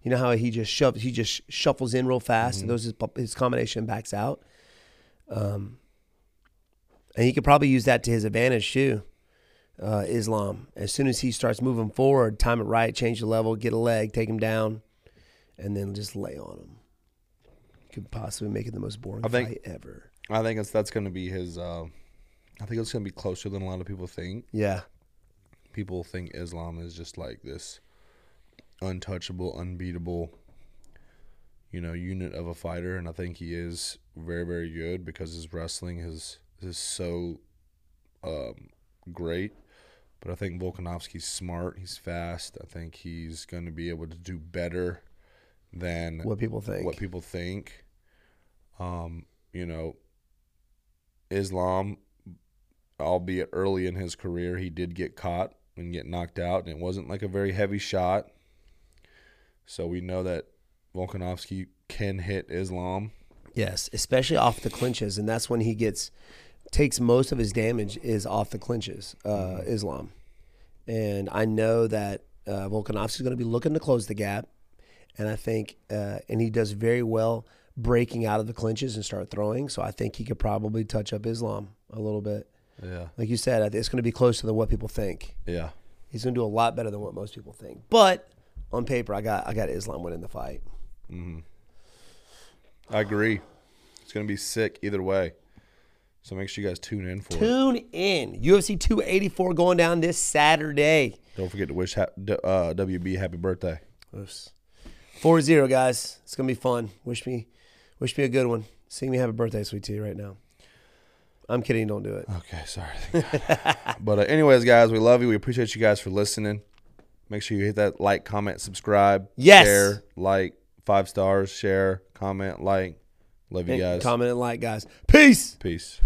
Speaker 2: You know how he just shoves, he just shuffles in real fast,
Speaker 3: Mm-hmm.
Speaker 2: and those his, his combination backs out. Um, And he could probably use that to his advantage too. Uh, Islam. As soon as he starts moving forward, time it right, change the level, get a leg, take him down, and then just lay on him. Could possibly make it the most boring
Speaker 3: I think-
Speaker 2: fight ever.
Speaker 3: I think it's, that's going to be his. Uh, I think it's going to be closer than a lot of people think.
Speaker 2: Yeah.
Speaker 3: people think Islam is just like this untouchable, unbeatable, you know, unit of a fighter, and I think he is very, very good because his wrestling is is so um, great. But I think Volkanovski's smart. He's fast. I think he's going to be able to do better than
Speaker 2: What people think.
Speaker 3: what people think. Um, you know, Islam, albeit early in his career, he did get caught and get knocked out, and it wasn't like a very heavy shot. So we know that Volkanovski can hit Islam.
Speaker 2: yes, especially off the clinches, and that's when he gets takes most of his damage is off the clinches. Uh, Islam, and I know that uh, Volkanovski's going to be looking to close the gap, and I think uh, and he does very well breaking out of the clinches and start throwing. So I think he could probably touch up Islam a little bit.
Speaker 3: Yeah.
Speaker 2: Like you said, I think it's going to be closer than what people think.
Speaker 3: Yeah.
Speaker 2: He's going to do a lot better than what most people think. But on paper, I got I got Islam winning the fight.
Speaker 3: I agree. It's going to be sick either way. So make sure you guys tune in for it.
Speaker 2: Tune in. UFC 284 going down this Saturday.
Speaker 3: Don't forget to wish ha- d- uh, WB happy birthday.
Speaker 2: Oops. 4 0, guys. It's going to be fun. Wish me wish me a good one. Sing me happy birthday, sweet tea, right now. I'm kidding. Don't do it.
Speaker 3: Okay, sorry. but uh, anyways, guys, we love you. We appreciate you guys for listening. Make sure you hit that like, comment, subscribe,
Speaker 2: Yes.
Speaker 3: share, like, five stars, share, comment, like. Love you guys.
Speaker 2: Comment and like, guys. Peace.
Speaker 3: Peace.